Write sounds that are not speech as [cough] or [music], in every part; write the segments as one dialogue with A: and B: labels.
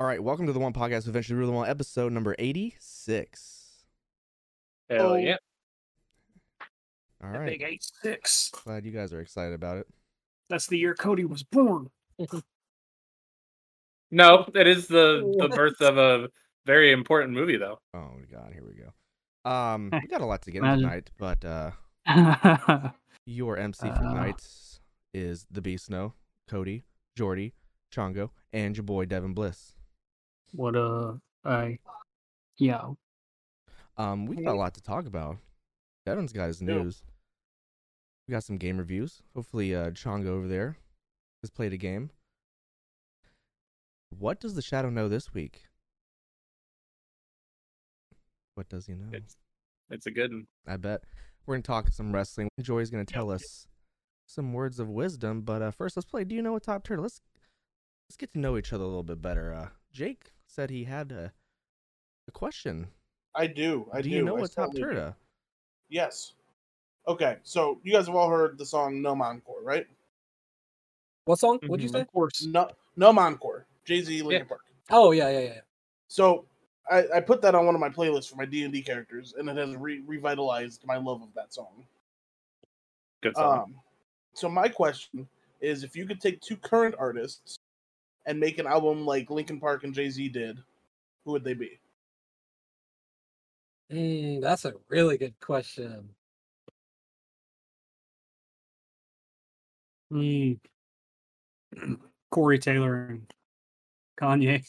A: right, welcome to the One Podcast. Eventually, Rule the One, episode number eighty-six.
B: Hell
C: Oh,
B: yeah.
A: All
B: The
A: right,
B: Big eight six.
A: glad you guys are excited about it.
C: That's the year Cody was born.
B: No, it is the,
D: [laughs]
B: the
C: What?
B: birth of a very important movie, though.
A: Oh my God, here we go.
C: [laughs]
A: Um, we got a lot to get into
C: Imagine.
A: tonight, but uh, your MC for
C: Uh.
A: tonight is the Beast Snow, Cody, Jordy, Chongo, and your boy Devin Bliss.
C: [laughs] what a I yeah.
A: Um, we got a lot to talk about. Devin's got his
B: Yeah.
A: news. We got some game reviews. Hopefully, uh, Chongo over there has played a game. What does the Shadow know this week? What does he know?
B: It's, it's a good one.
A: I bet. We're going to talk some wrestling. Joy's going to tell us some words of wisdom. But uh, first, let's play Do You Know a Top Turtle? Let's, let's get to know each other a little bit better. Uh, Jake said he had a, a question.
E: I do. I do.
A: do you know a
E: I
A: top
E: certainly do.
A: turtle?
E: Yes. Okay, so you guys have all heard the song No Encore, right?
D: What song? What'd you
B: Mhm.
D: say?
C: Of course.
E: No No Encore. Jay Z Linkin
B: Yeah.
E: Park.
D: Oh yeah, yeah, yeah. yeah.
E: So I, I put that on one of my playlists for my D and D characters, and it has re- revitalized my love of that song.
B: Good song.
E: Um, so my question is, if you could take two current artists and make an album like Linkin Park and Jay Z did, who would they be?
D: Mm, that's a really good question.
C: Mm. [clears throat] Corey Taylor and Kanye.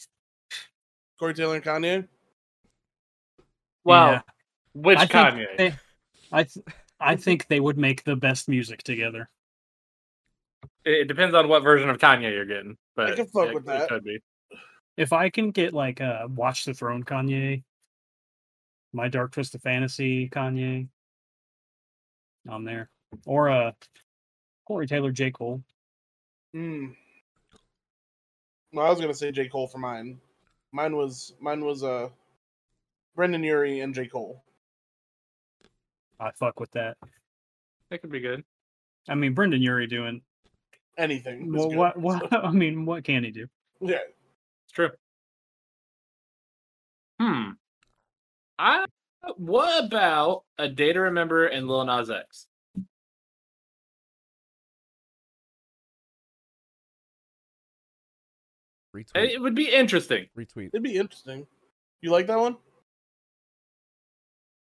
E: Corey Taylor and Kanye.
B: wow.
C: Yeah.
B: Which
C: I think
B: Kanye?
C: they- I th- I think they would make the best music together.
B: It it depends on what version of Kanye you're getting. But
E: can fuck
B: it-
E: with
B: it
E: that.
B: could be.
C: If I can get like uh Watch the Throne Kanye, My Dark Twist of Fantasy Kanye on there. Or uh Corey Taylor J. Cole.
E: Hmm. Well, I was gonna say J Cole for mine. Mine was mine was uh Brendan Urie and J Cole.
C: I fuck with that.
B: That could be good.
C: I mean Brendan Urie doing
E: Anything. is
C: well,
E: good,
C: what what [laughs]
E: so-
C: I mean, what can he do?
E: yeah.
B: It's true. Hmm. I. What about a Day to Remember and Lil Nas X?
A: Retweet.
B: It would be interesting.
A: Retweet.
E: It'd be interesting. You like that one?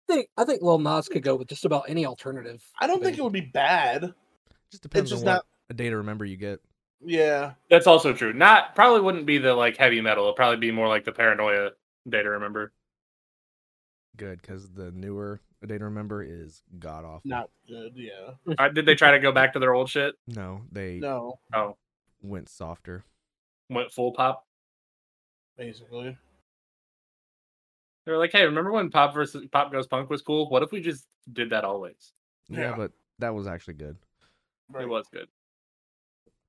D: I think I think Lil Nas could go with just about any alternative.
E: I don't think it would be bad.
A: Just depends
E: just
A: on what
E: not-
A: a day to remember you get.
E: Yeah.
B: That's also true. Not probably wouldn't be the like heavy metal. It'd probably be more like the paranoia Day to Remember.
A: Good, because the newer a day to remember is god awful.
E: Not good, yeah.
B: Uh, did they try to go back to their old shit?
A: No, they
E: No,
B: Oh,
A: went softer.
B: went full pop.
E: basically.
B: They were like, "Hey, remember when pop versus pop goes punk was cool? What if we just did that always?
A: Yeah,
E: Yeah.
A: but that was actually good.
E: Right.
B: It was good.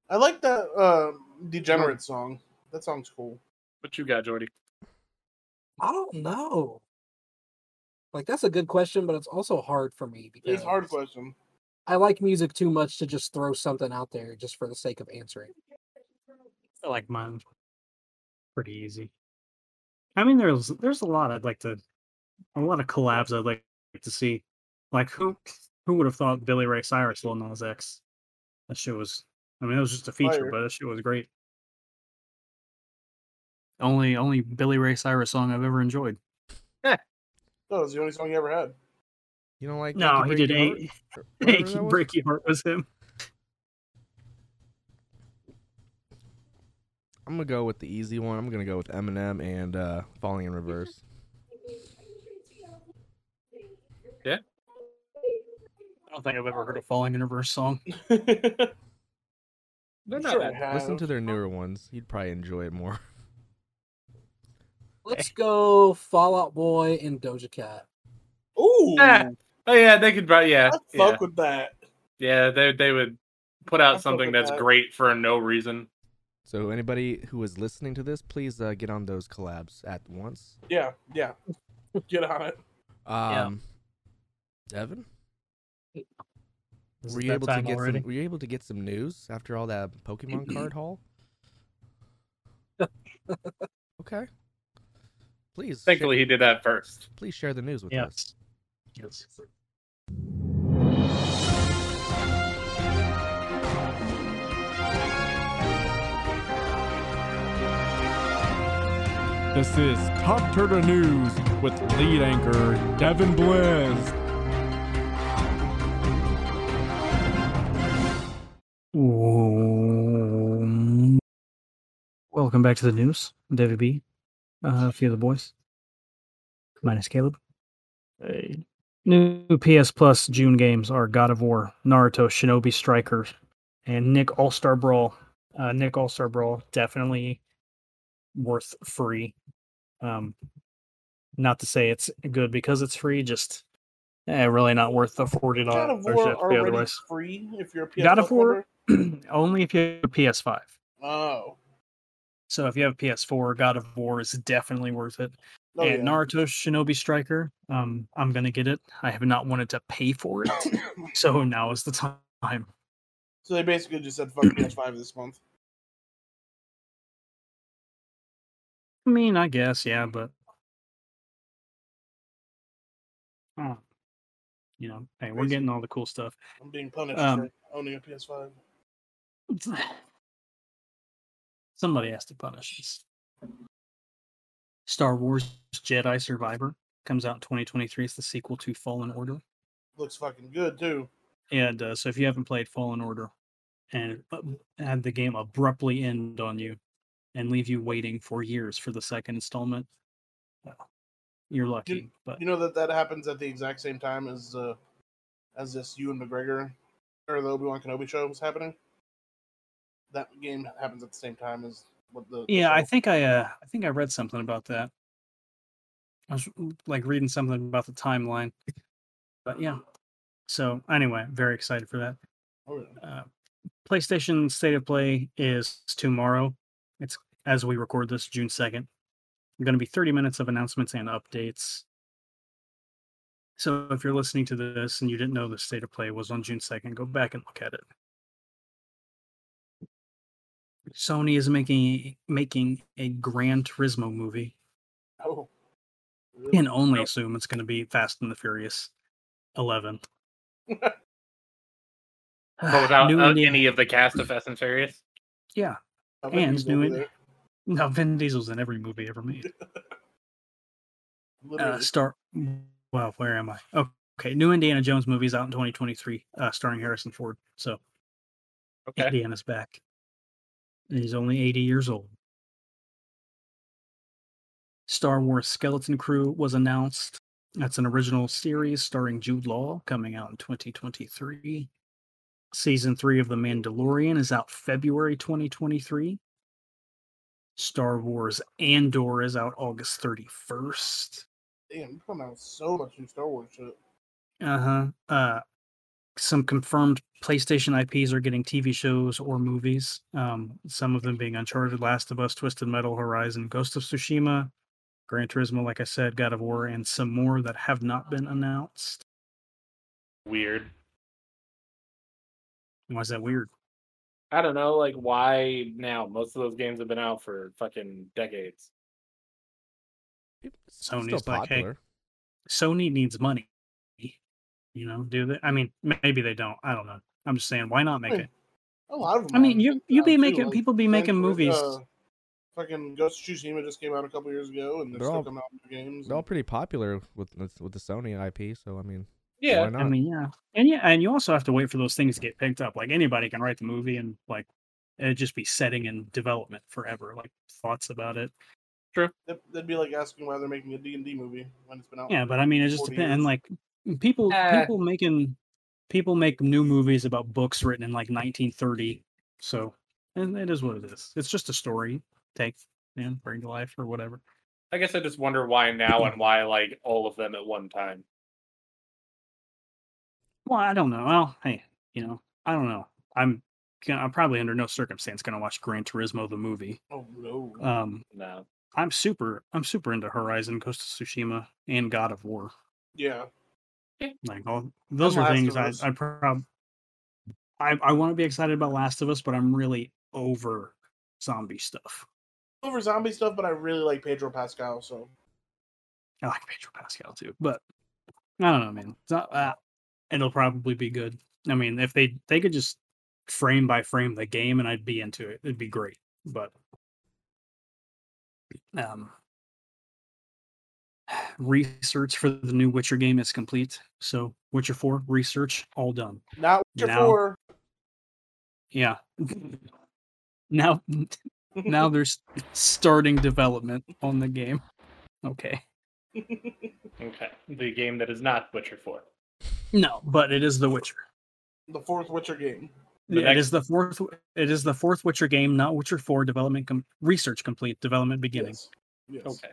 E: I like that uh degenerate song. That song's cool.
B: What you got, Jordy?
D: I don't know. Like that's a good question, but it's also hard for me because
E: It's a hard question.
D: I like music too much to just throw something out there just for the sake of answering.
C: I like mine pretty easy. I mean there's there's a lot I'd like to a lot of collabs I'd like to see. Like who who would have thought Billy Ray Cyrus, Lil Nas X? That shit was I mean it was just a feature,
E: Fire.
C: but that shit was great. Only only Billy Ray Cyrus song I've ever enjoyed.
E: That was the only song you ever had.
A: You don't like?
C: No,
A: Achy
C: he did
A: Breaky
C: [laughs]
A: Heart? Or
C: eight. Hey,
A: whatever that was?
C: Breaky Heart was him.
A: I'm gonna go with the easy one. I'm gonna go with Eminem and uh, Falling in Reverse.
C: I don't think I've ever heard a Falling in Reverse song.
B: They're
E: Sure
B: not
E: I
B: bad.
E: have.
A: Listen to their newer ones. You'd probably enjoy it more. [laughs]
D: Let's go Fallout Boy and Doja Cat.
A: [laughs]
E: Ooh,
B: Yeah. Oh yeah, they could. Probably, yeah,
E: I fuck
B: yeah,
E: with that.
B: yeah. They they would put
E: I
B: out
E: fuck
B: something
E: with
B: that's
E: that.
B: great for no reason.
A: So anybody who is listening to this, please uh, get on those collabs at once.
E: Yeah, yeah. Get on it.
A: Um, Evan,
C: Is
A: were
C: it
A: you
C: that
A: able to
C: time
A: get
C: already?
A: some? Were you able to get some
C: [clears throat]
A: news after all that Pokemon card haul? Okay. Please, share-
B: Thankfully, he did that first.
A: please share the news with us.
C: Yes. Yes.
F: This is Top Turtle News with lead anchor Devin Bliss.
C: Um, Welcome back to the news. David B. Uh, a few of the boys, minus Caleb. Uh, new PS Plus June games are God of War, Naruto, Shinobi Strikers, and Nick All Star Brawl. Uh, Nick All Star Brawl definitely worth free. Um, not to say it's good because it's free, just eh, really not worth the forty
E: God
C: dollars
E: of
C: you
E: War
C: have to pay
E: already
C: otherwise. [clears throat]
E: free if you're a PS
C: God of
E: Plus
C: War-
E: member?
C: only if you have a PS5.
E: Oh,
C: So if you have a PS4, God of War is definitely worth it.
E: oh
C: and
E: yeah.
C: Naruto Shinobi Striker, um, I'm gonna get it. I have not wanted to pay for it, so now is the time.
E: [coughs] so they basically just said fuck PS5 this month.
C: I mean, I guess, yeah, but Oh. you know, hey, we're
E: Crazy.
C: getting all the cool stuff. [sighs]
E: I'm being punished
C: Um,
E: for owning a PS5.
C: Somebody has to punish us. Star Wars Jedi Survivor comes out in 2023. It's the sequel to Fallen Order.
E: Looks fucking good too.
C: And uh, so if you haven't played Fallen Order and uh, had the game abruptly end on you and leave you waiting for years for the second installment, well, you're lucky. but
E: You know that that happens at the exact same time as uh, as this Ewan McGregor or the Obi Wan Kenobi show was happening. That game happens at the same time as what the the
C: yeah, I
E: show.
C: think I uh, I think I read something about that. I was mm, like reading something about the timeline. But yeah. So anyway, very excited for that.
E: Oh, yeah.
C: Uh, PlayStation State of Play is tomorrow. It's as we record this, June second. Going to be thirty minutes of announcements and updates. So if you're listening to this and you didn't know the State of Play was on June second, go back and look at it. Sony is making making a Gran Turismo movie,
E: Oh, really?
C: and only assume it's going to be Fast and the Furious eleven.
B: But without
C: New
B: uh,
C: Indiana-
B: any of the cast of Fast and Furious.
C: yeah,
E: I bet
C: and
E: he's over
C: doing- uh,
E: there,
C: no, Vin Diesel's in every movie ever made.
E: literally.
C: uh, star. Wow, where am I? Oh, okay, new Indiana Jones movies out in 2023, uh, starring Harrison Ford. So [laughs]
B: Okay.
C: Indiana's back. And he's only 80 years old. Star Wars Skeleton Crew was announced. That's an original series starring Jude Law coming out in 2023. Season 3 of The Mandalorian is out February 2023. Star Wars Andor is out August 31st.
E: Damn, you're coming out with so much new Star Wars shit.
C: Uh-huh. Uh some confirmed PlayStation IPs are getting TV shows or movies. Um, some of them being Uncharted, Last of Us, Twisted Metal, Horizon, Ghost of Tsushima, Gran Turismo, like I said, God of War, and some more that have not been announced.
B: Weird.
C: Why is that weird?
B: I don't know, like why now? Most of those games have been out for fucking decades.
A: It's
C: Sony's
A: still
C: like, hey,
A: popular.
C: Sony needs money. You know, do they? I mean, m- maybe they don't. I don't know. I'm just saying, why not make
E: Hmm.
C: it?
E: A lot of them.
C: I mean,
E: have
C: you
E: been
C: you
E: out,
C: be
E: too,
C: making
E: like,
C: people be
E: Gran
C: making
E: Tur-
C: movies.
E: uh, fucking Ghost of Tsushima just came out a couple years ago, and they're,
A: They're
E: still
A: all-
E: coming out with new games.
A: They're all
E: and-
A: pretty popular with with the Sony IP. So I mean,
B: Yeah.
A: why not?
C: I mean, yeah, and yeah, and you also have to wait for those things to get picked up. Like anybody can write the movie, and like it'd just be setting and development forever. Like thoughts about it.
E: That- That'd be like asking why they're making a D and D movie when it's been out.
C: Yeah, but I mean, it just
E: 40
C: depends. And
E: years.
C: like people,
B: Uh,
C: people making people make new movies about books written in like 1930. So, and it is what it is. It's just a story. Take and bring to life or whatever.
B: I guess I just wonder why now and why like all of them at one time.
C: Well, I don't know. Well, hey, you know, I don't know. I'm, I'm probably under no circumstance going to watch Gran Turismo the movie.
E: Oh no.
C: Um,
B: No.
C: I'm super I'm super into Horizon, Ghost of Tsushima, and God of War.
E: yeah.
C: Like all those
E: Last
C: are
E: of
C: things I
E: Us.
C: I prob I I want to be excited about Last of Us, but I'm really over zombie stuff.
E: over zombie stuff, but I really like Pedro Pascal. So
C: I like Pedro Pascal too, but I don't know, man. It's not, uh, it'll probably be good. I mean, if they they could just frame by frame the game, and I'd be into it. It'd be great. But um, research for the new Witcher game is complete. So Witcher Four research all done.
E: not Witcher
C: Now-
E: Four. [laughs]
C: Yeah. [laughs] now now they're s- starting development on the game. Okay.
B: Okay, the game that is not Witcher Four.
C: No, but it is The Witcher.
E: the fourth Witcher game.
B: The
C: it
B: next-
C: is the fourth. It is the fourth Witcher game, not Witcher Four. Development com- research complete. Development beginning.
E: Yes. Yes.
B: Okay,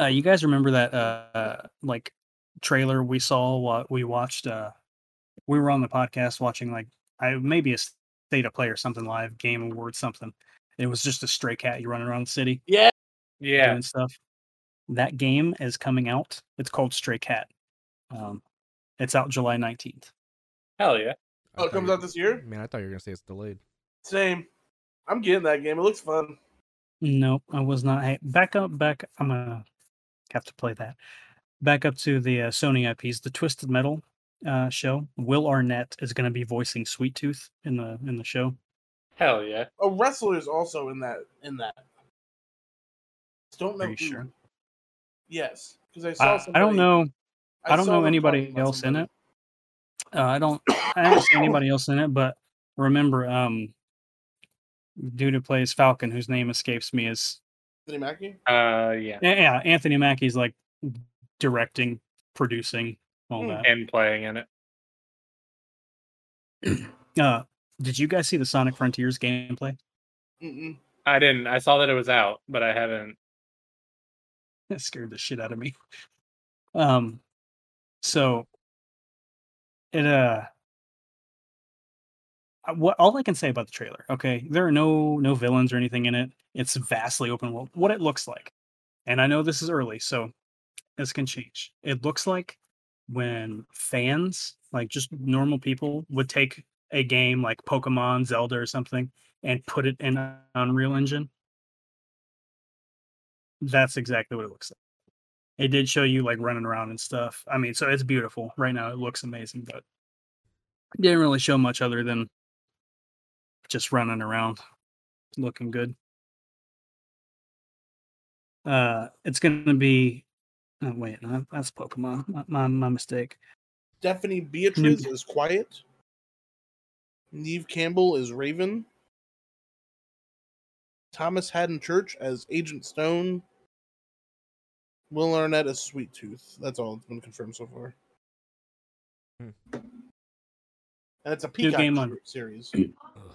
C: Uh, you guys remember that uh, like trailer we saw? What we watched? Uh, we were on the podcast watching like I maybe a state of play or something live game award something. It was just a stray cat you running around the city
B: yeah,
C: doing stuff. That game is coming out. It's called Stray Cat. Um, it's out July nineteenth.
B: hell yeah.
E: Oh,
A: thought
E: it comes
A: you-
E: out this year?
A: Man, I thought you were gonna say it's delayed.
E: Same. I'm getting that game. It looks fun.
C: Nope, I was not. Hey, back up, back. I'm gonna have to play that. Back up to the uh, Sony IPs, the Twisted Metal uh, show. Will Arnett is gonna be voicing Sweet Tooth in the in the show.
B: Hell yeah.
E: A wrestler is Oh, also in that. In that. Just Don't know.
C: Are you
E: who.
C: sure?
E: Yes, because I saw.
C: I, I don't know.
E: somebody-
C: I, don't
E: saw
C: know
E: them
C: anybody
E: talking about
C: else in
E: somebody.
C: it. Uh, I don't. I haven't seen anybody else in it. But remember, um, dude who plays Falcon, whose name escapes me, is
E: Anthony Mackie.
B: Uh, yeah,
C: yeah, yeah, Anthony Mackie's like directing, producing all
E: Hmm.
C: that.
B: and playing in it.
C: Uh, did you guys see the Sonic Frontiers gameplay?
E: Mm-mm.
B: I didn't. I saw that it was out, but I haven't.
C: That scared the shit out of me. Um, so it uh, uh, what all I can say about the trailer? Okay, there are no no villains or anything in it. It's vastly open world. What it looks like, and I know this is early, so this can change. It looks like when fans, like just normal people, would take a game like Pokemon, Zelda, or something, and put it in a- Unreal Engine. That's exactly what it looks like. It did show you like running around and stuff. I mean, so it's beautiful right now. It looks amazing, but it didn't really show much other than just running around, looking good. Uh, it's gonna be. Oh, wait, no, that's Pokemon. My, my, my mistake.
E: Stephanie Beatriz is quiet. Neve Campbell is Raven. Thomas Haddon Church as Agent Stone. Will Arnett as Sweet Tooth. That's all that's been confirmed so far.
A: Hmm.
E: And it's a Peacock
C: game on-
E: series.
A: Ugh.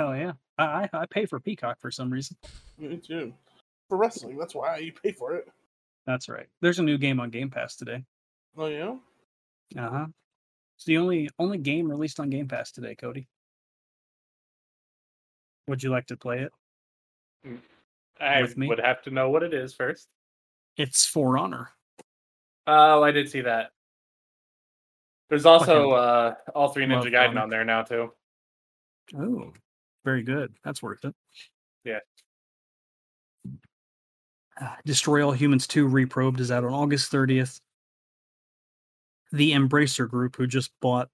C: Oh yeah, I I I pay for Peacock for some reason.
E: Me too. For wrestling, that's why you pay for it.
C: That's right. There's a new game on Game Pass today.
E: Oh yeah.
C: Uh huh. It's the only only game released on Game Pass today, Cody. Would you like to play it?
B: I
C: With me?
B: would have to know what it is first.
C: It's For Honor.
B: Oh, I did see that. There's also uh, all three Ninja
C: Love
B: Gaiden
C: comics.
B: on there now too.
C: Oh, very good. That's worth it.
B: Yeah.
C: Uh, Destroy All Humans 2 Reprobed is out on August 30th. The Embracer Group, who just bought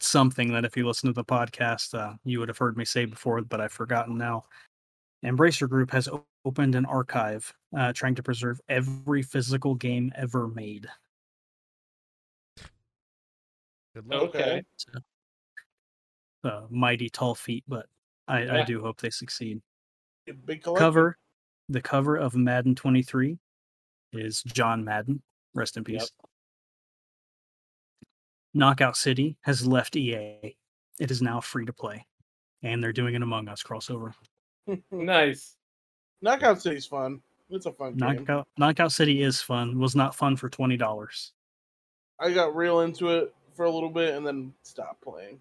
C: something that if you listen to the podcast, uh, you would have heard me say before, but I've forgotten now. Embracer Group has o- opened an archive uh, trying to preserve every physical game ever made.
A: Good luck.
E: Oh,
B: Okay.
C: Uh, mighty tall feat, but I, I
B: Yeah.
C: do hope they succeed.
E: A big collection.
C: cover the cover of Madden 23 is John Madden. Rest in peace.
B: Yep.
C: Knockout City has left EA. It is now free to play. And they're doing an Among Us crossover.
B: Nice.
E: Knockout City's fun. It's a fun game.
C: Knockout Knockout City is fun. Was not fun for twenty dollars.
E: I got real into it for a little bit and then stopped playing.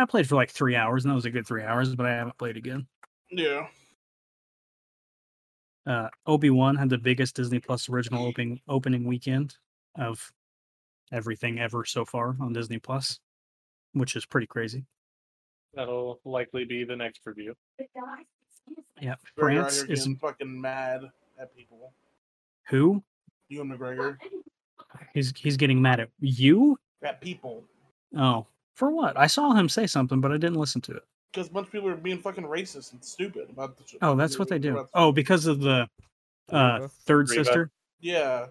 C: I played for like three hours, and that was a good three hours, but I haven't played again.
E: Yeah.
C: Uh, Obi Wan had the biggest Disney Plus original opening opening weekend of everything ever so far on Disney Plus, which is pretty crazy.
B: That'll likely be the next review.
C: Yeah,
E: Gregor out
C: France
E: here getting
C: is
E: fucking mad at people.
C: who?
E: Ewan McGregor
C: He's he's getting mad at you.
E: at people
C: Oh, for what? I saw him say something, but I didn't listen to it.
E: because a bunch of people are being fucking racist and stupid about the.
C: Oh, that's what they do.
E: about-
C: Oh, because of the uh,
A: Reba?
C: third
B: Reba.
C: sister.
E: yeah.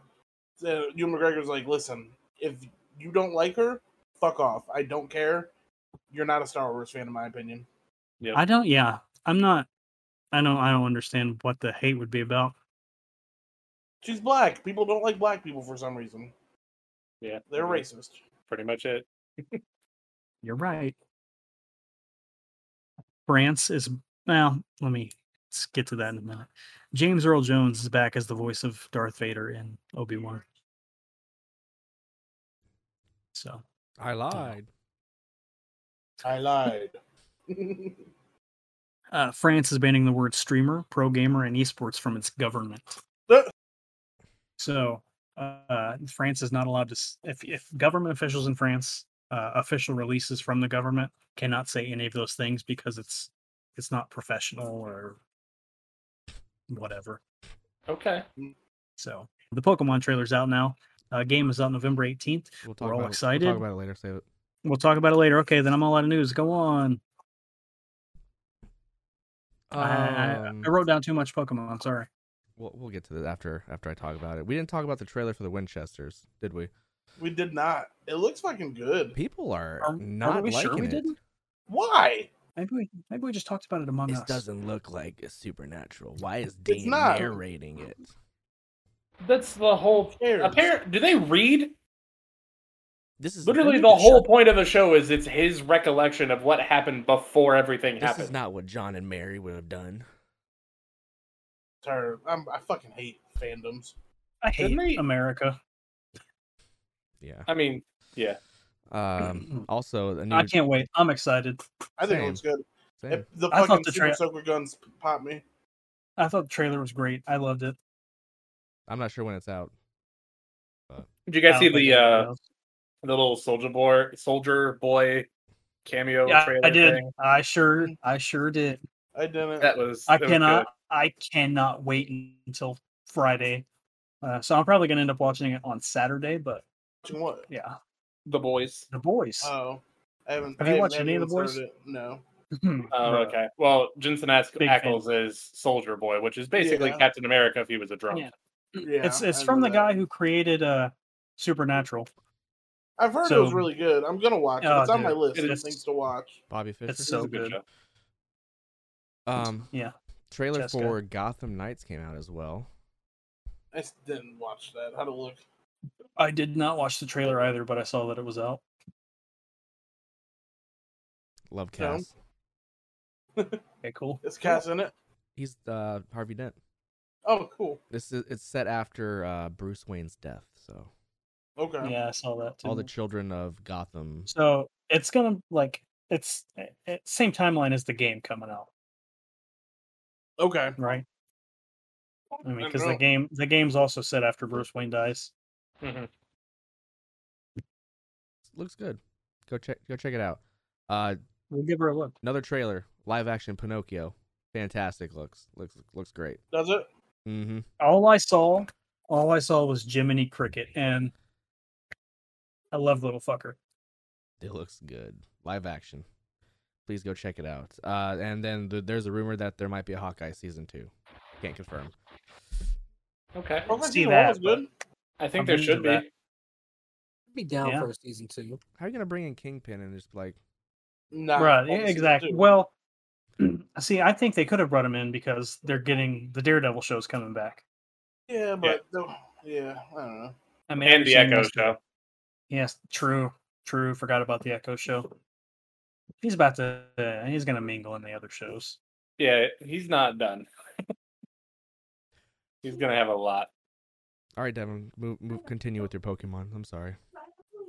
E: So Ewan McGregor's like, listen, if you don't like her, fuck off. I don't care. You're not a Star Wars fan, in my opinion.
B: Yeah.
C: I don't. Yeah, I'm not. I don't. I don't understand what the hate would be about.
E: She's black. People don't like black people for some reason.
B: Yeah.
E: They're
B: okay,
E: racist.
B: Pretty much it.
C: You're right. France is well. Let me let's get to that in a minute. James Earl Jones is back as the voice of Darth Vader in Obi Wan. So
A: I
C: oh,
A: lied.
C: [laughs]
E: I lied.
C: uh, France is banning the word streamer, pro gamer, and esports from its government.
E: Uh.
C: So uh, France is not allowed to. s- If, if government officials in France, uh, official releases from the government cannot say any of those things because it's it's not professional or whatever.
B: Okay.
C: So the Pokemon trailer's out now. Uh, game is out November eighteenth.
A: We'll
C: We're all
A: about It.
C: excited.
A: We'll talk about it later. Save it.
C: We'll talk about it later. Okay, then I'm all out of news. Go on. I- I,
A: Um,
C: I wrote down too much Pokemon. Sorry.
A: We'll, we'll get to this after after I talk about it. We didn't talk about the trailer for the Winchesters, did we?
E: we did not. It looks fucking good.
A: People are
C: Are- are
A: not
C: we
A: liking
C: sure we
A: it.
C: didn't?
E: Why?
C: Maybe we maybe we just talked about it
B: Oh,
C: among
A: This
C: us.
A: doesn't look like a supernatural. Why is
E: It's
A: Dean
E: not.
A: narrating it?
B: That's the whole.
E: Cares?
B: Apparent? Do they read?
A: This is
B: Literally, the whole point of the show is it's his recollection of what happened before everything
A: This
B: happened.
A: is not what John and Mary would have done.
E: Tired. I'm, I fucking hate fandoms.
C: I
B: Didn't
C: hate
B: they-
C: America.
A: Yeah.
B: I mean, yeah.
A: [clears throat]
C: [clears throat]
A: Um. also, a new.
C: I can't wait. I'm excited.
E: I think
A: Same.
E: it looks good.
A: same.
E: If the
C: I thought
E: fucking
C: the
E: super
C: tra-
E: soaker guns pop me.
C: I thought the trailer was great. I loved it.
A: I'm not sure when it's out.
B: Did you guys
C: I don't
B: see
C: think
B: the
C: anyone
B: uh,
C: else-
B: the little soldier boy soldier boy cameo
C: Yeah,
B: trailer?
C: I did.
B: Thing?
C: I sure. I sure did.
E: I didn't.
B: That was.
C: I
B: that was
C: cannot. I cannot wait until Friday. Uh, so I'm probably gonna end up watching it on Saturday. But
E: Watching what?
C: yeah,
B: good. The boys.
C: [laughs] The Boys.
B: Uh,
E: Oh, I haven't.
C: Have
E: I
C: you
E: haven't-
C: watched
E: I haven't
C: any of
E: even
C: the boys?
E: started it. No.
C: Hmm.
B: Oh,
C: Bruh.
B: okay. Well, Jensen Ack-
C: Big fan.
B: Ackles is Soldier Boy, which is basically
E: Yeah.
B: Captain America if he was a drunk.
C: Yeah.
E: Yeah,
C: it's it's
E: I
C: from
E: know
C: the
E: that.
C: guy who created uh, Supernatural.
E: I've heard it was
C: so-
E: really good. I'm gonna watch it.
C: Oh,
E: It's on my
C: dude,
E: list.
C: it
E: of
C: is.
E: Things to watch.
A: Bobby Fischer.
C: It's
B: This
C: so
B: is a good,
C: good.
B: show.
A: um.
C: Yeah.
A: Trailer
C: Jessica.
A: for Gotham Knights came out as well.
E: I s- didn't watch that. How to look?
C: I did not watch the trailer either, but I saw that it was out.
A: Love
E: No.
A: Cass.
C: Okay, cool.
E: Is Cass in it?
A: He's uh Harvey Dent.
E: Oh, cool.
A: This is it's set after uh, Bruce Wayne's death, so
E: Okay.
C: Yeah, I saw that too.
A: all the children of Gotham.
C: So it's gonna like it's it- it- same timeline as the game coming out,
E: Okay.
C: right? I mean,
E: I
C: because the
E: know.
C: game the game's also set after Bruce Wayne dies.
B: Mhm.
A: Looks good. Go check go check it out. Uh,
C: We'll give her a look.
A: another trailer, live action Pinocchio. Fantastic looks. Looks looks great.
E: Does it?
A: Mm-hmm.
C: All I saw, all I saw was Jiminy Cricket, and I love little fucker.
A: It looks good. Live action. Please go check it out. Uh, and then th- there's a rumor that there might be a Hawkeye season two. Can't confirm.
B: Okay.
E: Okay,
C: See
E: season one
C: that,
E: was good.
B: I think
C: I'm
B: there
C: into
B: should be.
C: that.
D: I'd be down
C: Yeah.
D: for a season two.
A: How are you gonna bring in Kingpin and just be like
E: Nah,
C: right,
E: only
C: yeah,
E: season
C: exactly.
E: two.
C: Well, [clears throat] see, I think they could have brought him in because they're getting the Daredevil show's coming back.
E: yeah, but the- yeah, I don't know.
C: I mean, I
B: And the
C: understand
B: Echo
C: this-
B: show.
C: Yes, true, true. Forgot about the Echo show. He's about to. Uh, he's going to mingle in the other shows.
B: Yeah, he's not done. [laughs] he's gonna have a lot.
A: All right, Devin, move, move, continue with your Pokemon. I'm sorry.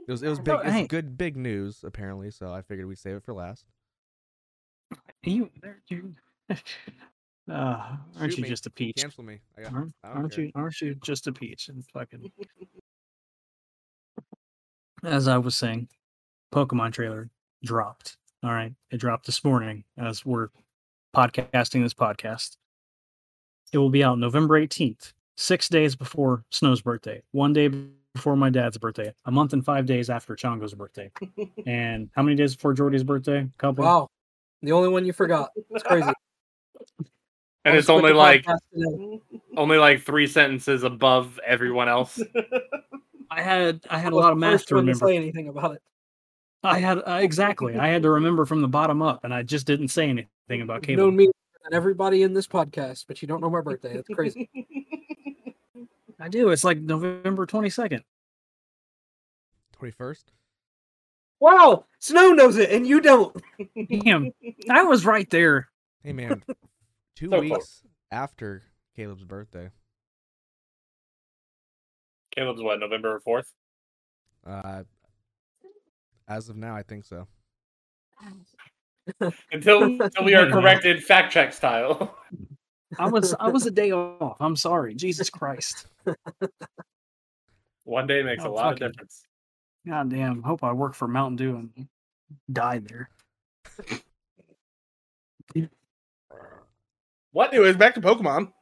A: It was, it was big,
C: No, hey.
A: it's good, big news apparently. So I figured we'd save it for last.
C: You, there, you. [laughs] uh, aren't
A: Shoot
C: you
A: me.
C: just a peach?
A: Cancel me. I got,
C: Aren't,
A: I don't
C: aren't
A: care.
C: you? Aren't you just a peach? And
A: [laughs]
C: fucking. As I was saying, Pokemon trailer dropped. All right, it dropped this morning as we're podcasting this podcast. It will be out November 18th, six days before Snow's birthday, one day before my dad's birthday, a month and five days after Chongo's
A: [laughs]
C: birthday. and how many days before Jordy's birthday? A couple.
D: Wow. The only one you forgot. It's crazy.
B: And
D: I
B: it's
D: split
B: only
D: the
B: like
D: podcast today.
B: only like three sentences above everyone else.
C: I had I had a
D: Was
C: lot of
D: the
C: math
D: first
C: to
D: one
C: remember.
D: Say anything about it?
C: I had uh, exactly. I had to remember from the bottom up, and I just didn't say anything about
D: You've
C: cable.
D: known me and everybody in this podcast, but you don't know my birthday. That's crazy.
C: I do. It's like November twenty [laughs] second.
A: Twenty first.
D: wow, Snow knows it and you don't.
C: Damn, I was right there. [laughs]
A: Hey man, two
B: So close.
A: weeks after Caleb's birthday,
B: Caleb's what, November fourth?
A: uh, as of now, I think so.
B: Until until
C: [laughs]
B: we are corrected fact check style. [laughs]
C: I was I was a day off. I'm sorry. Jesus Christ.
B: One day makes a
C: Oh,
B: lot of
C: fuck it.
B: difference.
C: God damn. Hope I work for Mountain Dew and die there.
B: What
E: Anyways, back to Pokemon.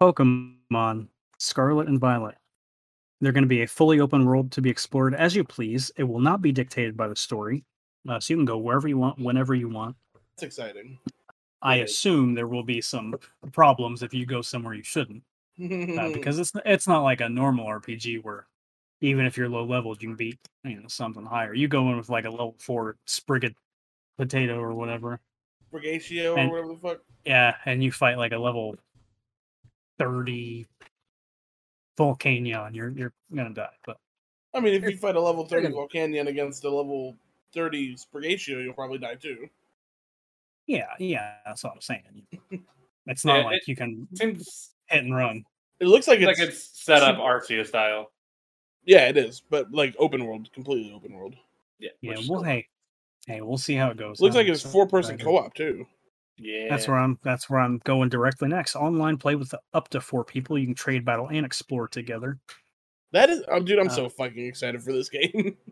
C: Pokemon Scarlet and Violet. They're going to be a fully open world to be explored as you please. It will not be dictated by the story, uh, so you can go wherever you want, whenever you want.
E: It's exciting.
C: I
E: Right.
C: assume there will be some problems if you go somewhere you shouldn't,
E: [laughs]
C: uh, because it's it's not like a normal RPG where even if you're low leveled, you can beat you know something higher. You go in with like a level four sprigget potato or whatever,
E: Brigatio or
C: And-
E: whatever the fuck.
C: yeah, and you fight like a level thirty Volcanion, you're you're gonna die. But
E: I mean, if you fight a level 30
D: Friggin-
E: Volcanion against a level 30 Sprigatio, you'll probably die too.
C: yeah, yeah, that's what I'm saying. It's not
B: Yeah,
C: like
B: it-
C: you can
B: Seems
C: hit and run.
E: It looks like
B: seems
E: it's,
B: like it's set up Arceus style.
E: yeah, it is, but like open world, completely open world.
B: Yeah.
C: Yeah,
B: which is
C: well,
B: cool.
C: hey, hey, we'll see how it goes.
E: looks
C: I'm
E: like it's
C: excited
E: four person
C: about it.
E: co op too.
B: yeah.
C: That's where I'm. That's where I'm going directly next. Online play with up to four people. You can trade, battle, and explore together.
E: That is, oh, dude, I'm
C: Uh,
E: so fucking excited for this game. [laughs]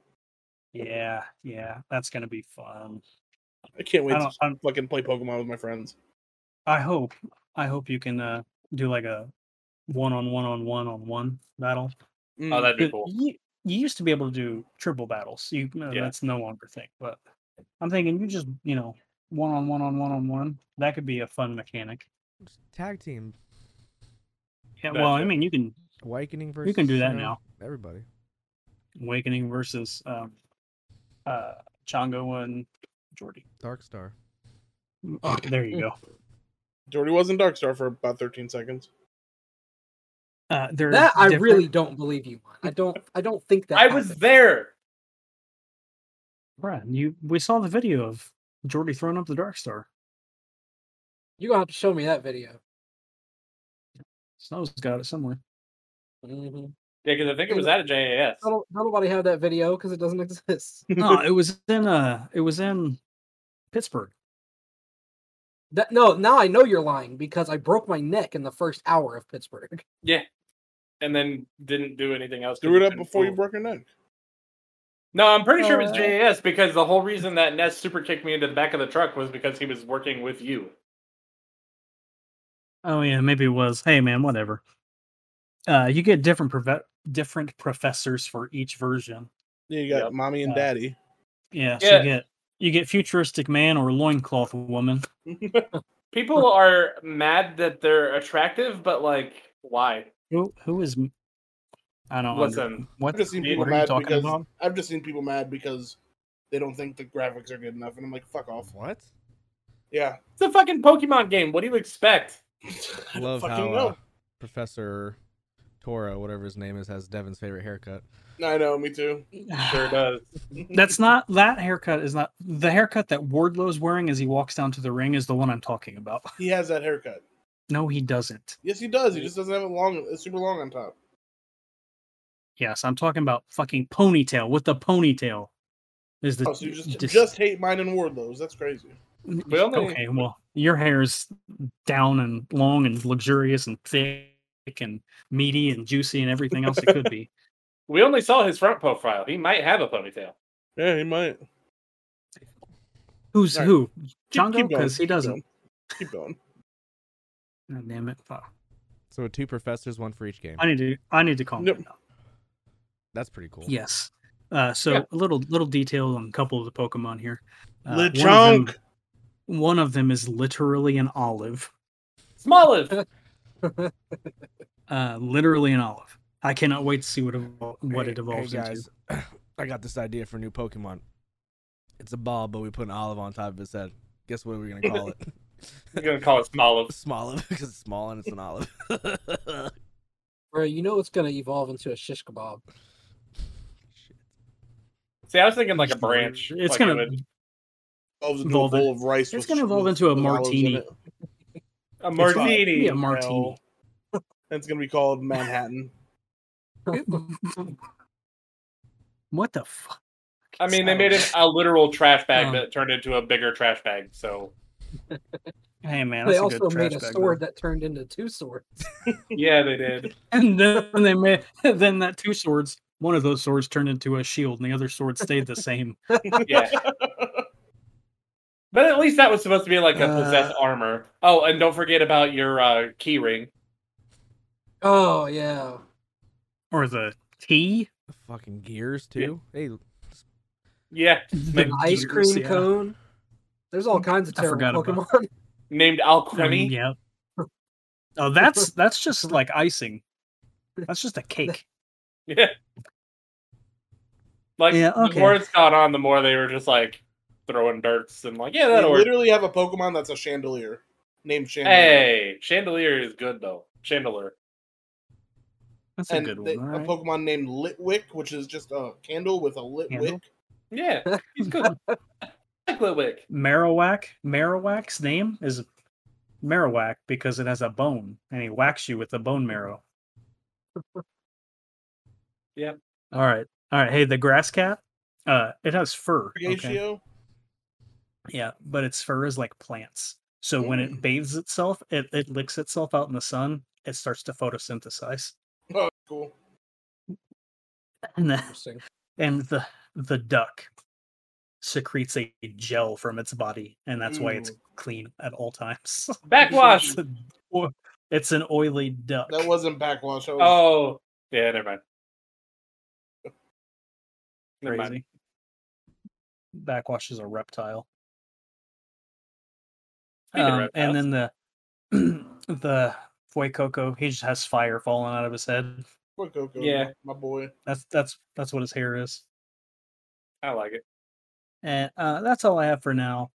C: Yeah, yeah, that's gonna be fun.
E: I can't wait
C: I
E: to
C: don't. I'm,
E: fucking play Pokemon with my friends.
C: I hope. I hope you can uh, do like a one on one on one on one battle.
E: Mm.
B: Oh, that'd be
C: It-
B: cool.
C: You, you used to be able to do triple battles. You no,
B: Yeah.
C: that's no longer a thing. But I'm thinking you just you know one on one on one on one. That could be a fun mechanic.
A: Just tag team,
C: Yeah,
B: That's
C: well, I
B: it.
C: mean, you can
A: awakening versus.
C: You can do that
A: know,
C: now.
A: Everybody.
C: Awakening versus um, uh, Chongo and Jordy.
A: Dark Star.
C: Oh, there you go.
E: Jordy was in Darkstar for about 13 seconds.
C: [laughs] Uh, they're
D: That I
C: different-
D: really don't believe you.
C: [laughs]
D: I don't I don't think that
B: I was
D: happened.
B: there.
C: Brian, you we saw the video of Jordy throwing up the Dark Star.
D: You're gonna have to show me that video.
C: Snow's got it
D: [laughs]
C: somewhere. Mm-hmm.
D: Mhm.
B: Yeah, because I think it was at a JAS.
D: How don't- how do nobody have that video because it doesn't exist.
C: No, it was in uh, it was in Pittsburgh.
D: That, no, now I know you're lying because I broke my neck in the first hour of Pittsburgh. [laughs]
B: Yeah. And then didn't do anything else. 'cause
E: Threw it
B: you
E: up
B: couldn't
E: before you
B: move.
E: broke your neck.
B: No, I'm pretty sure it was
C: Oh.
D: Uh,
B: JAS because the whole reason that Ness super kicked me into the back of the truck was because he was working with you.
C: Oh yeah, maybe it was. Hey man, whatever. Uh, you get different prove- different professors for each version.
E: Yeah, you got
B: Yep.
E: mommy and
C: Uh,
E: daddy.
C: Yeah,
B: Yeah.
C: So you get you get futuristic man or loincloth woman.
B: People are mad that they're attractive, but like, why?
C: Who who is? m- I don't
B: Listen,
C: What,
E: I've just seen
B: what
E: people
C: what are you
E: mad
C: talking
E: because
C: about?
E: I've just seen people mad because they don't think the graphics are good enough, and I'm like, fuck off.
A: What?
E: Yeah, [laughs]
B: It's a fucking Pokemon game. What do you expect?
E: I
A: Love
E: fucking
A: how
E: know.
A: uh, Professor Toro, whatever his name is, has Devin's favorite haircut.
E: I know, me too.
C: [sighs]
B: Sure does.
D: Mm.
C: That's not that haircut is not the haircut that Wardlow's wearing as he walks down to the ring is the one I'm talking about.
E: He has that haircut.
C: No, he doesn't.
E: Yes, he does. He just doesn't have it long. It's super long on top.
C: Yes, I'm talking about fucking ponytail with the ponytail. Is the
E: Oh, so you just
C: dis-
E: just hate mine and Wardlow's. That's crazy.
B: We only-
C: okay? Well, your hair is down and long and luxurious and thick and meaty and juicy and everything else it could
E: [laughs]
C: be.
B: We only saw his front profile. He might have a ponytail.
E: Yeah, he might.
C: Who's
E: Alright.
C: who?
E: Keep-
C: Django?
E: keep going,
C: Because he
E: keep
C: doesn't.
E: going, Keep going.
C: God damn it! Fuck.
A: So two professors, one for each game.
C: I need to. I need to calm
E: Nope.
C: down.
A: That's pretty cool.
C: Yes. Uh, so
B: Yeah.
C: a little little detail on a couple of the Pokemon here. Uh, one of them-
E: Lechonk!
C: One of them is literally an olive. [laughs]
B: Smoliv.
C: Uh, literally an olive. I cannot wait to see what evol- what
A: Hey-
C: it evolves
A: hey
C: into.
A: guys, [clears throat] I got this idea for a new Pokemon. It's a ball, but we put an olive on top of his head. Guess what we're gonna call
C: [laughs]
A: it? [laughs]
B: You're gonna call it Smoliv.
A: Smolive, because it's small and it's an olive. [laughs]
D: Bro, you know it's gonna evolve into a shish kebab. [laughs]
B: See, I was thinking like a branch.
C: It's
B: like it
C: gonna
B: would-
E: Evolves into
C: Evolve
E: a bowl of rice.
C: it's
E: with-
C: gonna evolve
E: with-
C: into a
E: with olives in
C: martini.
E: it.
B: a
C: It's gonna
B: martini.
C: be a martini.
E: No. It's gonna be called Manhattan.
C: what the fuck?
B: I mean, they
C: So-
B: made it a literal trash bag
C: Um,
B: that turned into a bigger trash bag. So
C: Hey man,
D: they
C: that's a
D: also
C: good
D: made
C: trash
D: a
C: bag,
D: sword
C: though.
D: that turned into two swords.
B: yeah, they did.
C: [laughs] and then they made [laughs] then that two swords. One of those swords turned into a shield, and the other sword stayed the same.
B: Yeah. But at least that was supposed to be like a
C: Uh,
B: possessed armor. Oh, and don't forget about your uh, key ring.
D: Oh yeah.
C: [laughs] Or the key,
A: Fucking gears too. Hey,
B: Yeah,
C: the
D: Ice
C: gears,
D: cream
C: yeah.
D: cone. There's all kinds of
C: Hmm, I
D: terrible
C: forgot about [laughs]
D: Pokemon. [laughs]
B: named
C: Um,
B: Alchemy.
C: [laughs] yeah. Oh, that's that's just like icing. That's just a [laughs] cake.
B: [laughs] Yeah. Like
C: Yeah,
B: the
C: okay.
B: more it's gone on, the more they were just like throwing dirts and like, yeah,
E: They
B: that'll work.
E: literally have a Pokemon that's a chandelier named Chandelier.
B: Hey, chandelier is good though. Chandelier.
C: That's
E: and
C: a good
E: they-
C: one.
E: a
C: alright.
E: Pokemon named Litwick, which is just a candle with a lit
C: Candle?
E: wick.
B: Yeah, he's good.
C: [laughs]
B: I like Litwick.
C: Marowak. Marowak's name is Marowak because it has a bone, and he whacks you with the bone marrow.
B: Yep.
C: All right. All right. Hey, the grass cat. Uh, it has fur. Okay.
E: Pikachu.
C: Yeah, but its fur is like plants. So when it bathes itself, it, it licks itself out in the sun. It starts to photosynthesize, [clears throat]
E: Oh, cool.
C: and then
D: Interesting.
C: and the the duck secretes a gel from its body, and that's why it's
E: Ooh.
C: clean at all times. [laughs]
B: Backwash.
C: it's, a, o- it's an oily duck.
E: That wasn't backwash. That was
B: oh, yeah. Never mind. Never mind.
C: crazy. Backwash is a reptile.
B: Speaking of
C: Um,
B: reptiles.
C: and then the the [clears throat] Foy Coco, he just has fire falling out of his head.
E: Poor Coco.
B: Yeah.
E: my boy.
C: That's that's that's what his hair is.
B: I like it.
C: And uh, that's all I have for now.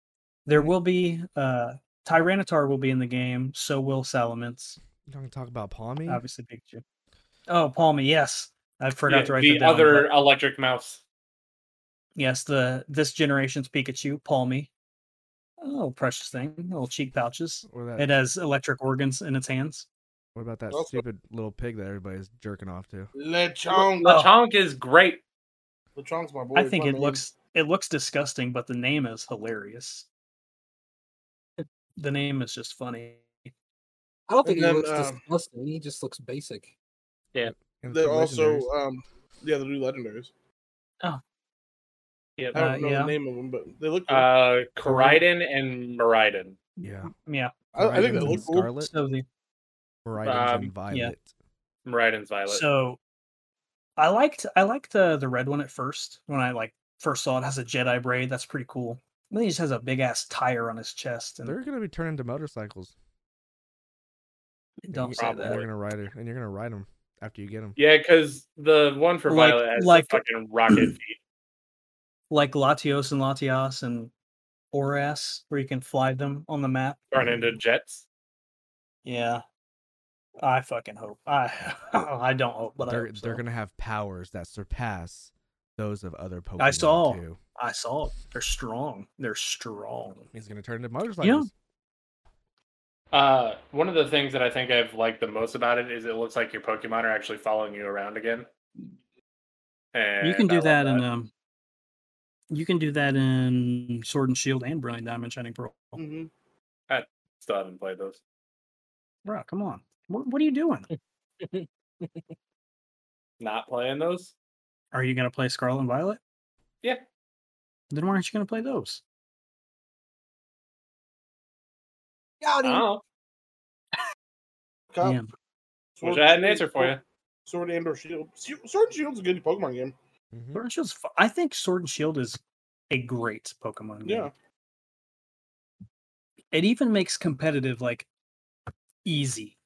C: There will be uh, Tyranitar will be in the game. So will Salamence.
A: you don't talk about Palmy.
C: Obviously, Pikachu. Oh, Palmy. Yes, I forgot
B: Yeah,
C: to write
B: the
C: that down,
B: other
C: but
B: electric mouse.
C: yes, the this generation's Pikachu, Palmy. Oh, precious thing. Little cheek pouches.
A: Or that.
C: It has electric organs in its hands.
A: what about that
E: Also-
A: stupid little pig that everybody's jerking off to?
E: Lechonk.
C: Oh.
B: Lechonk is great.
E: Lechonk's my boy.
C: I
E: he's
C: think
E: my
C: it
E: man.
C: looks it looks disgusting, but the name is hilarious. The name is just funny.
D: I don't think
E: And then,
D: he looks
C: uh,
E: um,
D: disgusting. He just looks basic.
A: And
E: They're
A: two
E: also,
A: legendaries.
E: um, yeah, the new legendaries.
B: Yeah.
E: I don't
C: Oh. Uh,
E: know
C: yeah.
E: the name of them, but they look. Cool.
B: Uh, Koridon and Maridon.
A: yeah,
C: Yeah.
E: I, I
A: Horizons
E: think they
A: and
E: look cool.
A: Scarlet,
C: So the
A: Horizons and
C: Um, yeah.
A: Violet.
B: Maridon's Violet.
C: So I liked I liked the the red one at first when I like first saw it has a Jedi braid. That's pretty cool. And then he just has a big ass tire on his chest and
A: They're gonna be turned into motorcycles. and
C: don't
A: you-
C: say
A: and You're
C: that.
B: Probably.
A: gonna ride it, and you're gonna ride them after you get them.
B: yeah, because the one for
C: Like-
B: Violet has
C: like-
B: the fucking rocket feet.
C: Like Latios and Latias and Oras, where you can fly them on the map.
B: Turn into jets.
C: Yeah. I fucking hope. I [laughs] I don't hope, but I,
A: they're
C: hope
A: they're
C: so.
A: gonna have powers that surpass those of other Pokemon.
C: saw.
A: Too.
C: I saw it. They're strong. They're strong.
A: He's gonna turn into motorcycles.
B: Uh, one of the things that I think I've liked the most about it is it looks like your Pokemon are actually following you around again.
C: you can
B: And I
C: do
B: love
C: that, in um you can do that in Sword and Shield and Brilliant Diamond Shining Pearl.
E: hmm
B: Still haven't played those.
C: Bro, come on. What, what are
A: [laughs]
C: you doing?
B: Not playing those.
C: Are you going to play Scarlet and Violet?
B: Yeah.
C: Then why aren't you going to play those?
D: Got him.
B: Oh,
E: Cop,
C: Damn.
B: wish I had an answer for you.
E: Sword and or Shield. Su- Sword and Shield's a good Pokemon game.
A: Mhm.
C: Sword and Shield's. fu- I think Sword and Shield is a great Pokemon. game.
E: Yeah.
C: It even makes competitive like easy